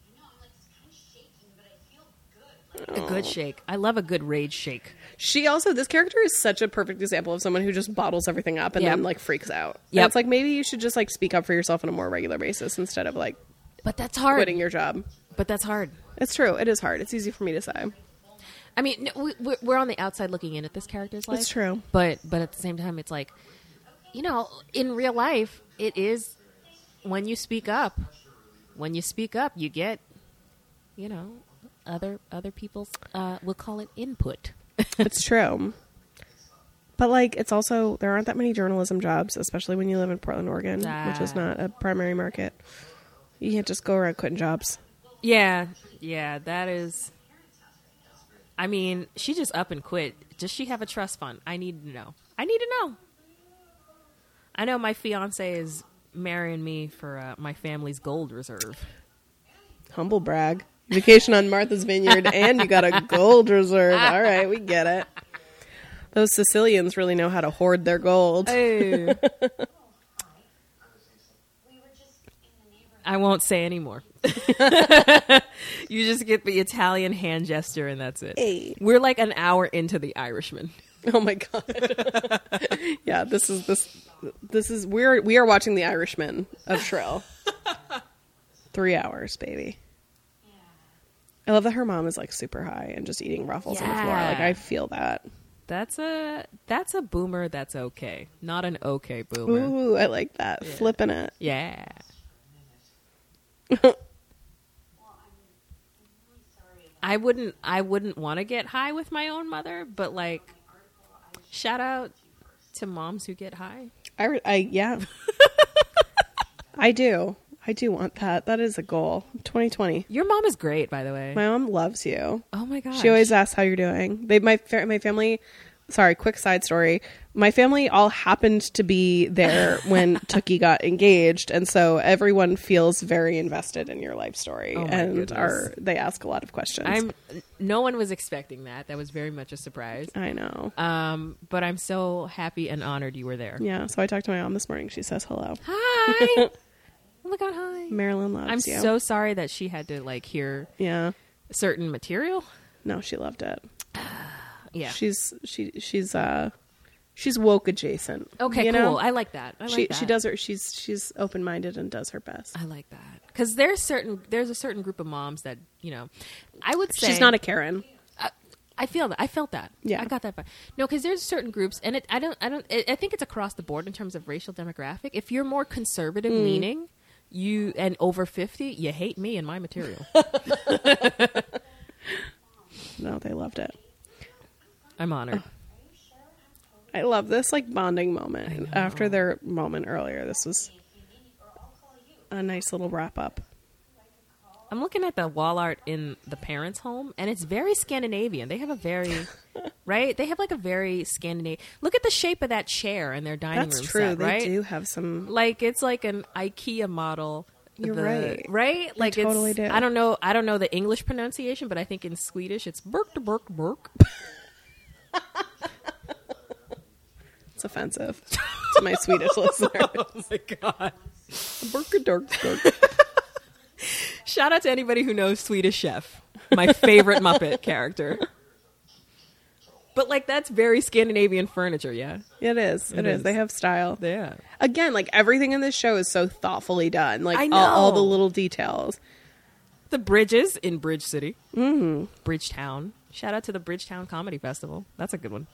A: You know, I'm like it's kind of shaking, but I feel good. Like
D: a good shake. I love a good rage shake.
C: She also this character is such a perfect example of someone who just bottles everything up and
D: Yep.
C: then like freaks out. Yeah,
D: Yep.
C: It's like maybe you should just like speak up for yourself on a more regular basis instead of like
D: But that's hard.
C: quitting your job.
D: But that's hard.
C: It's true. It is hard. It's easy for me to say.
D: I mean, no, we- we're, we're on the outside looking in at this character's life.
C: That's true.
D: But but at the same time, it's like, you know, in real life, it is when you speak up, when you speak up, you get, you know, other other people's. Uh, we'll call it input.
C: It's true. But like it's also there aren't that many journalism jobs, especially when you live in Portland, Oregon, which is
D: Ah.
C: not a primary market. You can't just go around quitting jobs.
D: Yeah, yeah, that is. I mean, she just up and quit. Does she have a trust fund? I need to know. I need to know. I know my fiance is marrying me for uh, my family's gold reserve.
C: Humble brag. Vacation on Martha's Vineyard and you got a gold reserve. All right, we get it. Those Sicilians really know how to hoard their gold.
A: We were just in the neighborhood.
D: I won't say anymore. you just get the Italian hand gesture, and that's it.
C: Hey.
D: We're like an hour into the Irishman.
C: Oh my god. yeah, this is this this is we're we are watching The Irishman of Shrill. 3 hours, baby. I love that her mom is like super high and just eating ruffles on the floor. Like
D: Yeah.
C: I feel that.
D: That's a that's a boomer. That's okay. Not an okay boomer.
C: Ooh, I like that. Flipping it.
D: Yeah. I wouldn't I wouldn't want to get high with my own mother, but like shout out to moms who get high.
C: I, re- I yeah. I do. I do want that. That is a goal. 2020.
D: Your mom is great by the way.
C: My mom loves you.
D: oh my gosh.
C: She always asks how you're doing. They, my fa- my family. Sorry, quick side story. My family all happened to be there when Tookie got engaged, and so everyone feels very invested in your life story,
D: Oh my
C: and
D: goodness.
C: are they ask a lot of questions.
D: I'm no one was expecting that. That was very much a surprise.
C: I know.
D: Um but I'm so happy and honored you were there.
C: yeah. So I talked to my mom this morning. She says hello.
D: Hi. oh my god, hi.
C: Marilyn loves
D: I'm
C: you.
D: so sorry that she had to like hear
C: yeah.
D: certain material.
C: No, she loved it.
D: Yeah.
C: She's she she's uh she's woke adjacent.
D: Okay,
C: you
D: cool.
C: know?
D: I like that. I like
C: she
D: that.
C: she does her she's she's open minded and does her best.
D: I like that because there's certain there's a certain group of moms that you know. I would say
C: She's not a Karen.
D: I feel that. I felt that.
C: Yeah.
D: I got that. Vibe. No, because there's certain groups, and it, I don't. I don't. I I think it's across the board in terms of racial demographic. If you're more conservative
C: Mm.
D: leaning, you and over fifty, you hate me and my material.
C: No, they loved it.
D: I'm honored.
C: I love this like bonding moment after their moment earlier. This was a nice little wrap up.
D: I'm looking at the wall art in the parents' home, and it's very Scandinavian. They have a very right. They have like a very Scandinavian. Look at the shape of that chair in their dining
C: That's
D: room.
C: true.
D: set,
C: they
D: right?
C: do have some.
D: like it's like an IKEA model.
C: You're
D: The-
C: right.
D: right? Like it's-
C: totally do.
D: I don't know. I don't know the English pronunciation, but I think in Swedish it's burk to burk burk.
C: It's offensive to my Swedish listeners.
D: Oh my god!
C: Burkadorkdork.
D: Shout out to anybody who knows Swedish Chef, my favorite Muppet character. But like that's very Scandinavian furniture, yeah.
C: It is.
D: It
C: it is.
D: is.
C: They have style.
D: Yeah.
C: Again, like everything in this show is so thoughtfully done. Like
D: I
C: All, all the
D: know.
C: little details.
D: The bridges in Bridge City, mm-hmm. Bridgetown. Shout out to the Bridgetown Comedy Festival. That's a good one.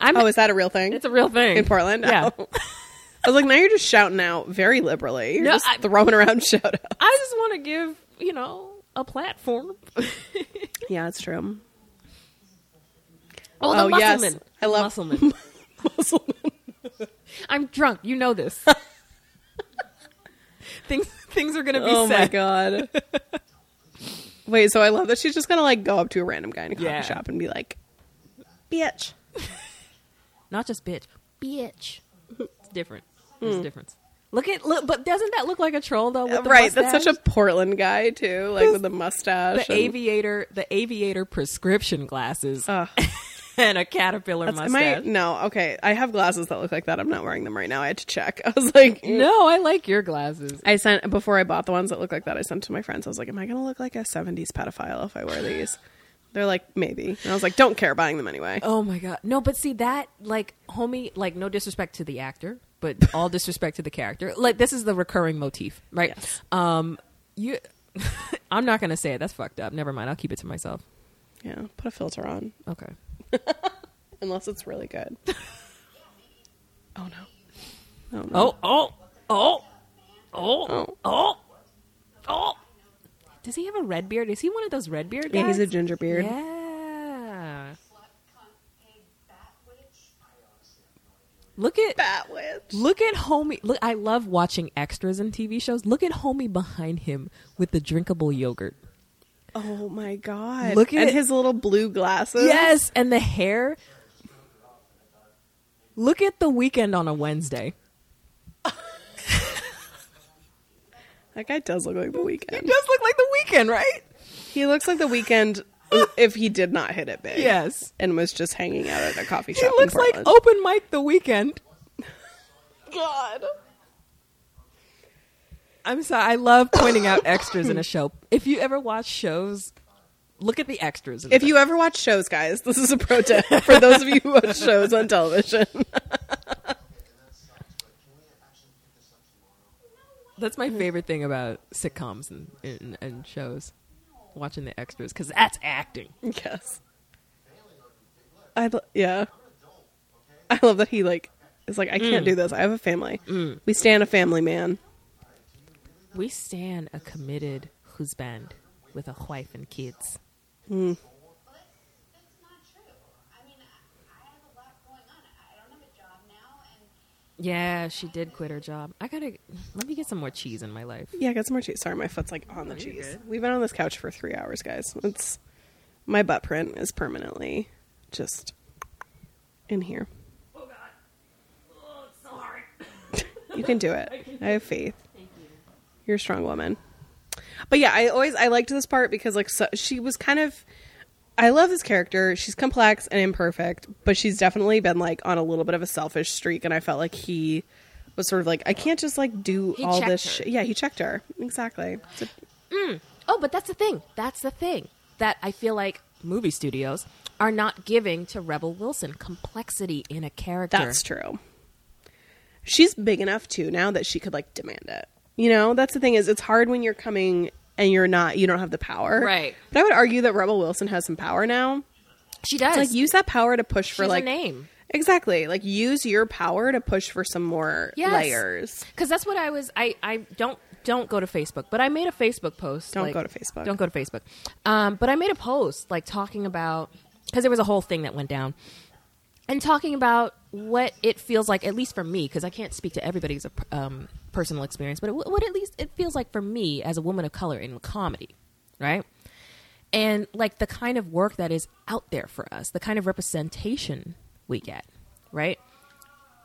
D: I'm.
C: Oh, is that a real thing?
D: it's a real thing
C: in Portland.
D: Yeah.
C: Oh. I was like, now you're just shouting out very liberally. You're
D: No,
C: just
D: I-
C: throwing around shout out.
D: I just want to give, you know, a platform.
C: Yeah, it's true.
D: Oh, the
C: Oh, yes.
D: muscleman.
C: I love-
D: muscleman. I'm drunk. You know this. things things are gonna be
C: Oh
D: said.
C: my god. Wait, so I love that she's just gonna like go up to a random guy in a coffee
D: Yeah.
C: shop and be like, "Bitch."
D: Not just bitch, bitch. It's different. There's
C: Hmm.
D: a difference. Look at look, but doesn't that look like a troll though? With the
C: right, that's such
D: mustache?
C: a Portland guy too, like with the mustache.
D: the
C: and-
D: aviator the aviator prescription glasses
C: Ugh.
D: and a caterpillar
C: That's- am I
D: mustache.
C: no okay? I have glasses that look like that. I'm not wearing them right now. I had to check. I was like,
D: no, I like your glasses.
C: I sent before I bought the ones that look like that. I sent to my friends. I was like, "Am I going to look like a '70s pedophile if I wear these?" They're like, "Maybe." And I was like, "Don't care buying them anyway."
D: Oh my god. No, but see that like homie, like no disrespect to the actor, but all disrespect to the character. Like this is the recurring motif, right?
C: Yes.
D: Um you I'm not going to say it. That's fucked up. Never mind. I'll keep it to myself.
C: Yeah, put a filter on
D: Okay.
C: unless it's really good. oh no! Oh no!
D: Oh, oh, oh. Oh,
C: Oh.
D: oh. Does he have a red beard? Is he one of those red beard guys?
C: Yeah, he's a ginger beard.
D: Yeah.
A: Slut, cunt, pig, bat, witch.
D: Look at
C: Bat witch.
D: Look at homie. Look, I love watching extras in TV shows. Look at homie behind him with the drinkable yogurt.
C: Oh my god.
D: Look at-
C: and his little blue glasses.
D: Yes, and the hair. Look at the weekend on a Wednesday.
C: That guy does look like the weekend.
D: does look like the weekend, right?
C: He looks like the weekend if he did not hit it big.
D: Yes.
C: And was just hanging out at a coffee
D: He
C: shop.
D: looks
C: in
D: like oh
C: Portland.
D: open mic the weekend.
C: god.
D: I'm sorry. I love pointing out extras in a show. If you ever watch shows, look at the extras. in
C: If
D: the-
C: you ever watch shows, guys, this is a pro tip for those of you who watch shows on television.
D: that's my favorite thing about sitcoms and, and, and shows, watching the extras because that's acting.
C: yes. I lo- yeah. I love that he like is like I
D: Mm.
C: can't do this. I have a family. We stand a family man.
D: We stand a committed husband with a wife and kids.
A: Well, that's, that's not true. I mean, I, I have a lot going on. I don't have a job now, and
D: Yeah, she did quit her job. I gotta let me get some more cheese in my life.
C: Yeah, got some more cheese. Sorry, my foot's like on the
D: you're
C: cheese.
D: good.
C: We've been on this couch for three hours, guys. It's my butt print is permanently just in here. Oh god. Oh, it's so hard. you can do it. I have faith. Thank you. You're a strong woman. But yeah, I always I liked this part because like so, she was kind of I love this character. She's complex and imperfect, but she's definitely been like on a little bit of a selfish streak and I felt like he was sort of like I can't just like do
D: He
C: all
D: checked
C: this
D: her.
C: shit. Yeah, he checked her. Exactly. It's a-
D: Oh, but that's the thing. That's the thing that I feel like movie studios are not giving to Rebel Wilson complexity in a character.
C: That's true. She's big enough too now that she could like demand it. You know, that's the thing is it's hard when you're coming and you're not you don't have the power.
D: Right.
C: But I would argue that Rebel Wilson has some power now.
D: she does.
C: It's like use that power to push for
D: She's a
C: like
D: name.
C: Exactly. Like use your power to push for some more
D: Yes.
C: layers.
D: because that's what I was. I I don't don't go to Facebook, but I made a Facebook post.
C: Don't
D: like-
C: go to Facebook.
D: Don't go to Facebook. Um, but I made a post like talking about because there was a whole thing that went down, and talking about what it feels like, at least for me, because I can't speak to everybody's um, personal experience, but what what at least it feels like for me as a woman of color in comedy, right? and like the kind of work that is out there for us, the kind of representation we get, right?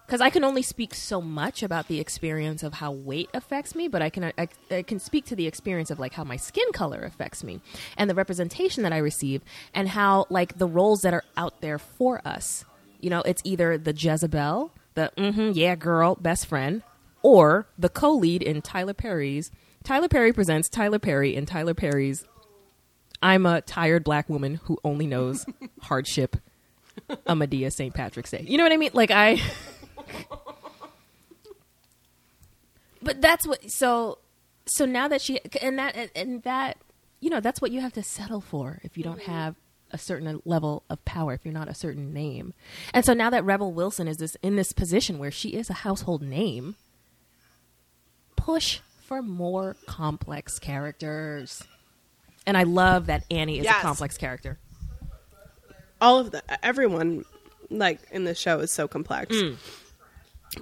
D: Because I can only speak so much about the experience of how weight affects me, but I can I, I can speak to the experience of like how my skin color affects me, and the representation that I receive, and how like the roles that are out there for us. You know, it's either the Jezebel, the mm-hmm, yeah girl best friend, or the co-lead in Tyler Perry's Tyler Perry presents Tyler Perry in Tyler Perry's I'm a tired black woman who only knows hardship. Amadea St. Patrick's Day. You know what I mean? Like I. but that's what. So, so now that she and that and- and that you know that's what you have to settle for if you don't have a certain level of power if you're not a certain name. And so now that Rebel Wilson is this in this position where she is a household name, push for more complex characters. And I love that Annie is
C: Yes.
D: a complex character.
C: all of the everyone like in the show is so complex.
D: Mm.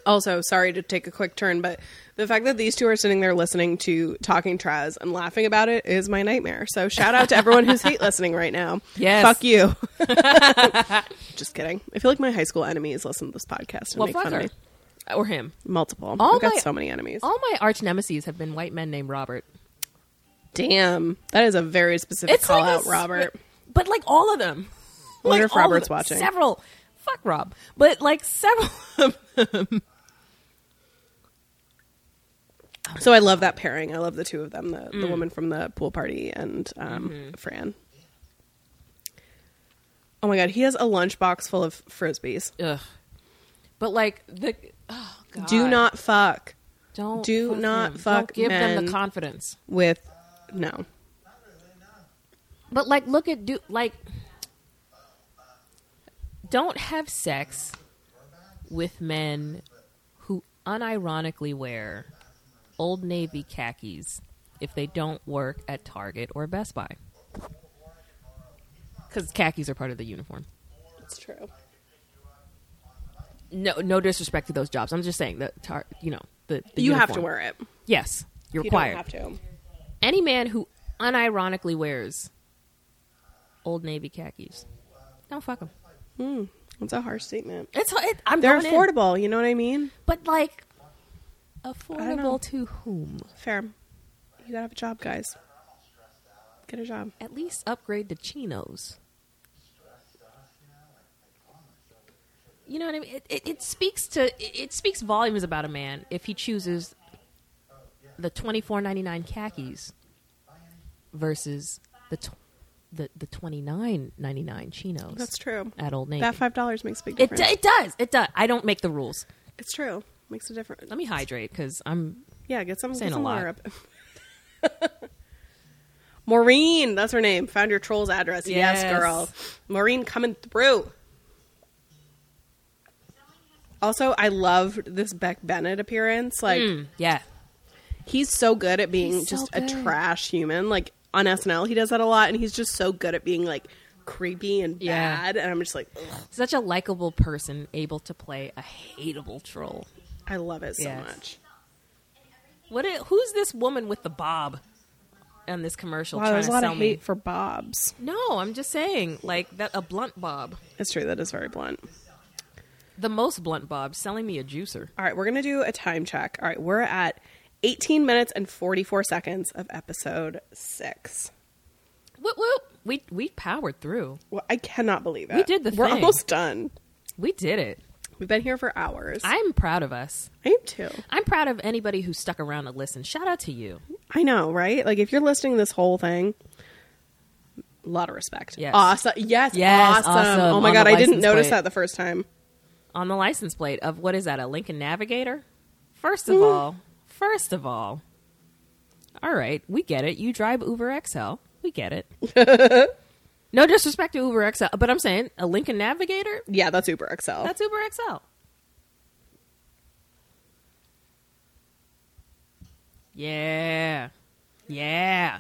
C: Also, sorry to take a quick turn, but the fact that these two are sitting there listening to talking Traz and laughing about it is my nightmare. So shout out to everyone who's hate listening right now.
D: Yes.
C: fuck you. Just kidding. I feel like my high school enemies listen to this podcast and
D: Well,
C: make
D: fuck
C: fun
D: her.
C: of me.
D: Or him.
C: Multiple.
D: All
C: I've got
D: my-
C: so many enemies.
D: All my arch nemesis have been white men named Robert.
C: Damn, that is a very specific call
D: like a
C: out,
D: sp-
C: Robert.
D: But like all of them.
C: Wonder if
D: all of
C: Robert's
D: them.
C: watching.
D: Several. Fuck Rob. But like several of them.
C: So I love that pairing. I love the two of them, the,
D: Mm.
C: the woman from the pool party and um,
D: Mm-hmm.
C: Fran. Oh my god, he has a lunchbox full of frisbees.
D: Ugh. But like the oh, God.
C: Do not fuck
D: don't
C: do
D: fuck
C: not
D: him.
C: fuck
D: don't give them
C: men.
D: the confidence.
C: with no.
D: But like look at do like don't have sex with men who unironically wear old navy khakis if they don't work at Target or Best Buy. Because khakis are part of the uniform.
C: It's true.
D: No, no disrespect to those jobs. I'm just saying that tar- you know the, the
C: you have to
D: uniform.
C: wear it.
D: Yes, you're
C: You
D: required.
C: don't have to.
D: Any man who unironically wears old navy khakis, don't fuck him.
C: It's a harsh statement.
D: It's it, I'm
C: They're
D: going in.
C: affordable. You know what I mean?
D: but like
C: don't know.
D: affordable to whom?
C: Fair. You gotta have a job, guys. Get a job.
D: At least upgrade to chinos. You know what I mean? It, it, it speaks to it, it speaks volumes about a man if he chooses the twenty four ninety nine khakis versus the tw- the the twenty nine ninety nine chinos.
C: That's true.
D: At Old Navy.
C: That five dollars makes a big
D: It,
C: difference.
D: do- it does. It does. I don't make the rules.
C: it's true. Makes a difference.
D: Let me hydrate because I'm.
C: Yeah, get some, get
D: Saying a
C: some
D: lot.
C: water up. Maureen, that's her name. Found your troll's address. Yes,
D: Yes.
C: girl. Maureen coming through. Also, I loved this Beck Bennett appearance. Like
D: Mm, yeah.
C: he's so good at being
D: He's so
C: just
D: good.
C: a trash human. Like on SNL, he does that a lot, and he's just so good at being like creepy and
D: Yeah.
C: bad. And I'm just like, ugh,
D: Such a likable person able to play a hateable troll.
C: I love it so
D: Yes.
C: much.
D: What? i- who's this woman with the bob on this commercial
C: Wow,
D: trying
C: Oh, there's
D: to
C: a lot
D: sell
C: of
D: me?
C: hate for Bob's.
D: No, I'm just saying, like that a blunt bob,
C: It's true. That is very blunt.
D: the most blunt bob, selling me a juicer.
C: All right, we're going to do a time check. All right, we're at 18 minutes and 44 seconds of episode six.
D: Whoop whoop. We we powered through.
C: Well, I cannot believe it.
D: We did the
C: We're
D: thing.
C: almost done.
D: We did it.
C: We've been here for hours.
D: I'm proud of us.
C: I am too.
D: I'm proud of anybody who stuck around to listen. Shout out to you.
C: I know, right? Like, if you're listening this whole thing, a lot of respect.
D: Yes.
C: Awesome. Yes.
D: Yes,
C: awesome.
D: awesome.
C: Oh my
D: On
C: God,
D: the
C: I didn't
D: license
C: notice
D: plate.
C: that the first time.
D: on the license plate of what is that a Lincoln Navigator? First of all, first of all, all right, we get it. You drive Uber XL, we get it. no disrespect to Uber XL, but I'm saying a Lincoln Navigator
C: Yeah, that's Uber Excel.
D: that's Uber XL. Yeah, yeah,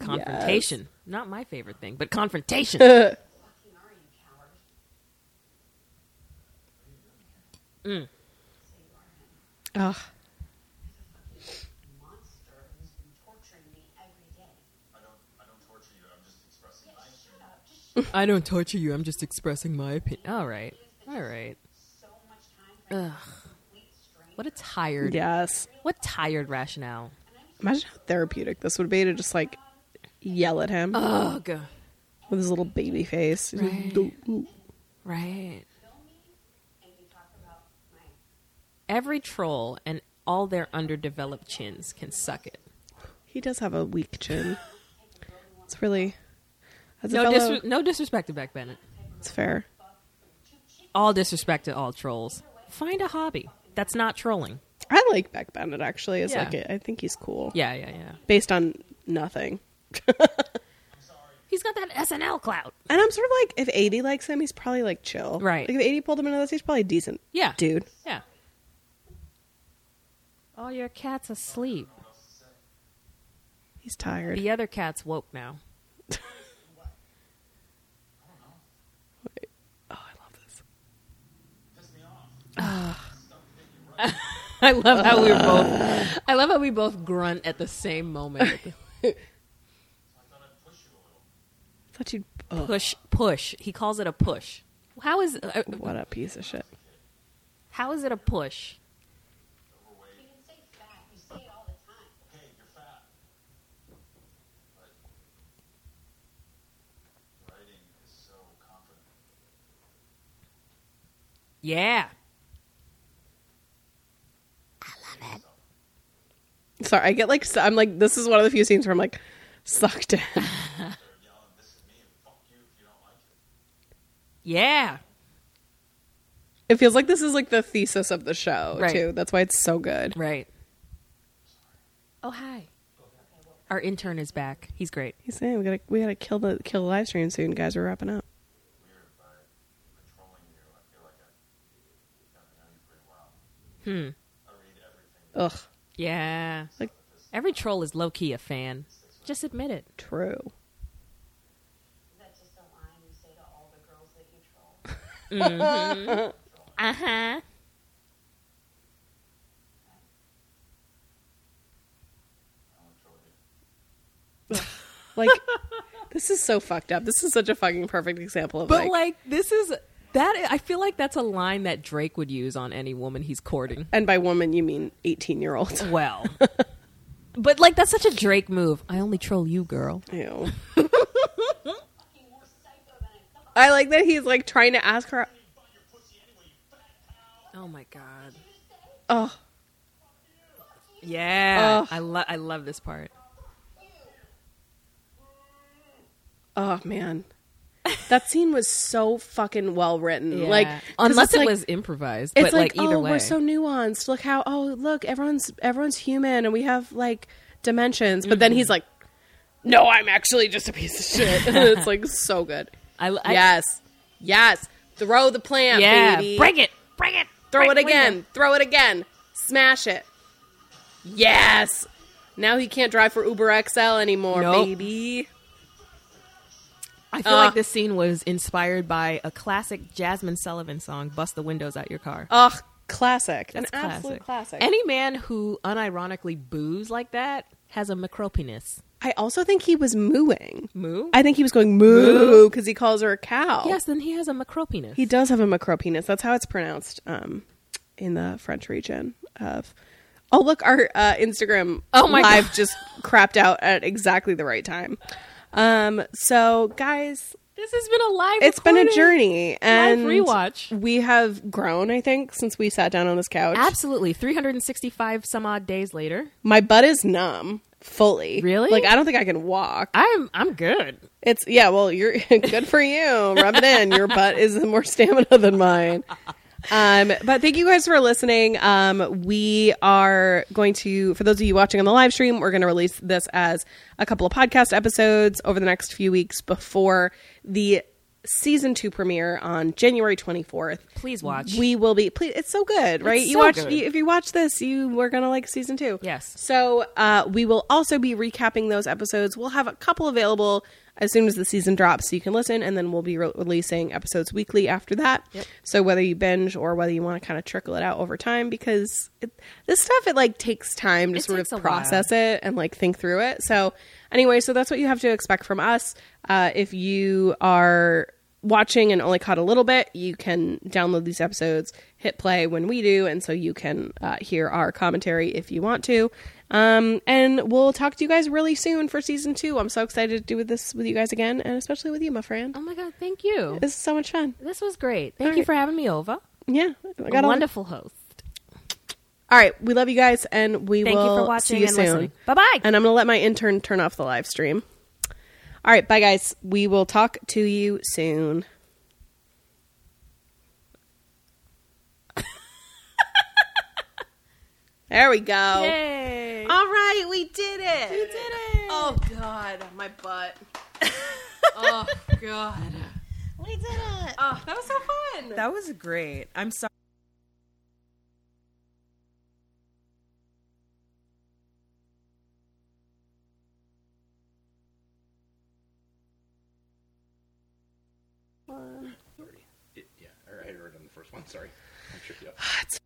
D: confrontation. Not my favorite thing, but confrontation.
A: fucking are you, coward?
C: Ugh.
A: Monster who's been torturing me every day.
E: I don't, I don't torture you. I'm just expressing my
A: Shut up. Just shut
D: I don't torture you. I'm just expressing my opinion. All right. All right.
A: so much time for a complete stranger.
D: What a tired,
C: Yes.
D: what tired rationale.
C: Imagine how therapeutic this would be to just like yell at him
D: Ugh.
C: with his little baby face. He's like, "Don't-
D: Right.
A: Know me, and you talk about my
D: Every troll and all their underdeveloped chins can suck it.
C: He does have a weak chin. It's really as a
D: No,
C: fellow,
D: dis- no disrespect to Beck Bennett.
C: it's fair.
D: All disrespect to all trolls. Find a hobby. That's not trolling.
C: I like Beck Bennett actually. Is
D: Yeah.
C: like a, I think he's cool.
D: Yeah, yeah, yeah.
C: Based on nothing.
D: He's got that SNL clout.
C: And I'm sort of like, if 80 likes him, he's probably like chill.
D: Right.
C: Like if 80 pulled him into this, he's probably decent.
D: Yeah.
C: Dude.
D: Yeah. All your cat's asleep.
C: He's tired.
D: The other cat's woke now.
C: Oh, I love this.
E: Piss me off.
D: I love how we were both. I love how we both grunt at the same moment.
E: I thought I'd push you a little.
C: I thought you'd. Oh,
D: push, push. He calls it a push. How is uh,
C: what a piece of shit.
D: how is it a push?
A: You can say fat. You say it all the time.
E: Okay, you're fat. But writing is so confident.
D: Yeah,
C: Sorry, I get like, so- I'm like, this is one of the few scenes where I'm like, sucked in.
E: They're yelling, "This is me," and "Fuck you" if you don't like it.
D: yeah.
C: It feels like this is like the thesis of the show,
D: Right.
C: too. That's why it's so good.
D: Right. Oh hi. Our intern is back. He's great.
C: He's saying we gotta we gotta kill the kill the live stream soon, guys. We're wrapping up.
E: Weird, but patrolling you, I feel like I gotten to know you pretty well.
D: Hmm.
E: I read everything.
C: Ugh.
D: Yeah.
C: Like-
D: Every troll is low key a fan. Just admit it.
C: True.
A: That's just a line you say to all the girls that you troll.
D: Uh huh.
C: Like, this is so fucked up. This is such a fucking perfect example of
D: But
C: like,
D: like, this is that. I feel like that's a line that Drake would use on any woman he's courting.
C: and by woman you mean eighteen year old.
D: Well, but like that's such a Drake move. I only troll you, girl.
C: Ew.
A: Fucking more psycho than I thought.
C: I like that he's like trying to ask her.
D: Oh my god.
C: Oh,
D: Yeah,
C: Ugh.
D: I love. I love this part.
C: oh man, that scene was so fucking well written.
D: Yeah.
C: Like 'cause
D: unless
C: it's
D: it
C: like-
D: was improvised,
C: It's
D: but like, either
C: oh,
D: way,
C: we're so nuanced. Look how oh look everyone's everyone's human and we have like dimensions. But then
D: Mm-hmm.
C: he's like, no, I'm actually just a piece of shit. it's like so good.
D: I, I,
C: yes, yes. Throw the plant,
D: yeah,
C: baby.
D: bring it, bring it,
C: Throw
D: bring
C: it again. Throw it again. Smash it. Yes. Now he can't drive for Uber XL anymore,
D: Nope.
C: baby.
D: I feel
C: Uh.
D: like this scene was inspired by a classic Jasmine Sullivan song, "Bust the Windows Out Your Car."
C: Ugh, classic.
D: That's
C: An
D: classic.
C: absolute classic.
D: Any man who unironically boos like that has a micropiness.
C: I also think he was mooing.
D: Moo?
C: I think he was going moo because he calls her a cow.
D: yes, then he has a micropiness.
C: He does have a macro penis. That's how it's pronounced um, in the French region of. Oh look, our uh, Instagram
D: Oh my
C: live just crapped out at exactly the right time. Um, so guys,
D: this has been a live
C: it's been a
D: recording.
C: journey and
D: rewatch.
C: We have grown, I think, since we sat down on this couch.
D: Absolutely. 365 some odd days later.
C: My butt is numb fully.
D: Really?
C: Like I don't think I can walk.
D: I'm I'm good.
C: It's yeah. Well, you're good for you. Rub it in. Your butt is more stamina than mine. Um, but thank you guys for listening. Um, we are going to, for those of you watching on the live stream, we're going to release this as a couple of podcast episodes over the next few weeks before the season two premiere on January twenty fourth.
D: Please watch.
C: We will be. Please, it's so good, right? you
D: so
C: watch
D: good.
C: you- if you watch this, you were gonna like season two.
D: Yes.
C: So uh, we will also be recapping those episodes. We'll have a couple available as soon as the season drops, so you can listen, and then we'll be re- releasing episodes weekly after that. So whether you binge or whether you want to kind of trickle it out over time, because it, this stuff it like takes time to
D: It
C: sort
D: takes a
C: of
D: while.
C: process it and like think through it. So anyway, so that's what you have to expect from us. Uh, if you are watching and only caught a little bit, you can download these episodes, hit play when we do, and so you can uh, hear our commentary if you want to. Um, and we'll talk to you guys really soon for season two. I'm so excited to do with this with you guys again, and especially with you, my friend.
D: oh my god, thank you.
C: This is so much fun.
D: This was great. Thank
C: All
D: you
C: right.
D: for having me over.
C: Yeah, I got
D: a
C: all-
D: wonderful host.
C: All right, we love you guys, and we
D: Thank
C: will
D: you for
C: see
D: watching
C: you
D: and
C: soon.
D: listening. Bye-bye.
C: And I'm going to let my intern turn off the live stream. All right, bye guys. We will talk to you soon. there we go.
D: Yay.
C: All right, we did it. We did it. Oh god, my butt. oh god.
F: We did it.
C: Oh, that was so fun.
F: That was great. I'm sorry.
E: Yeah, I heard it on the first one. Sorry. I'm tripped you up.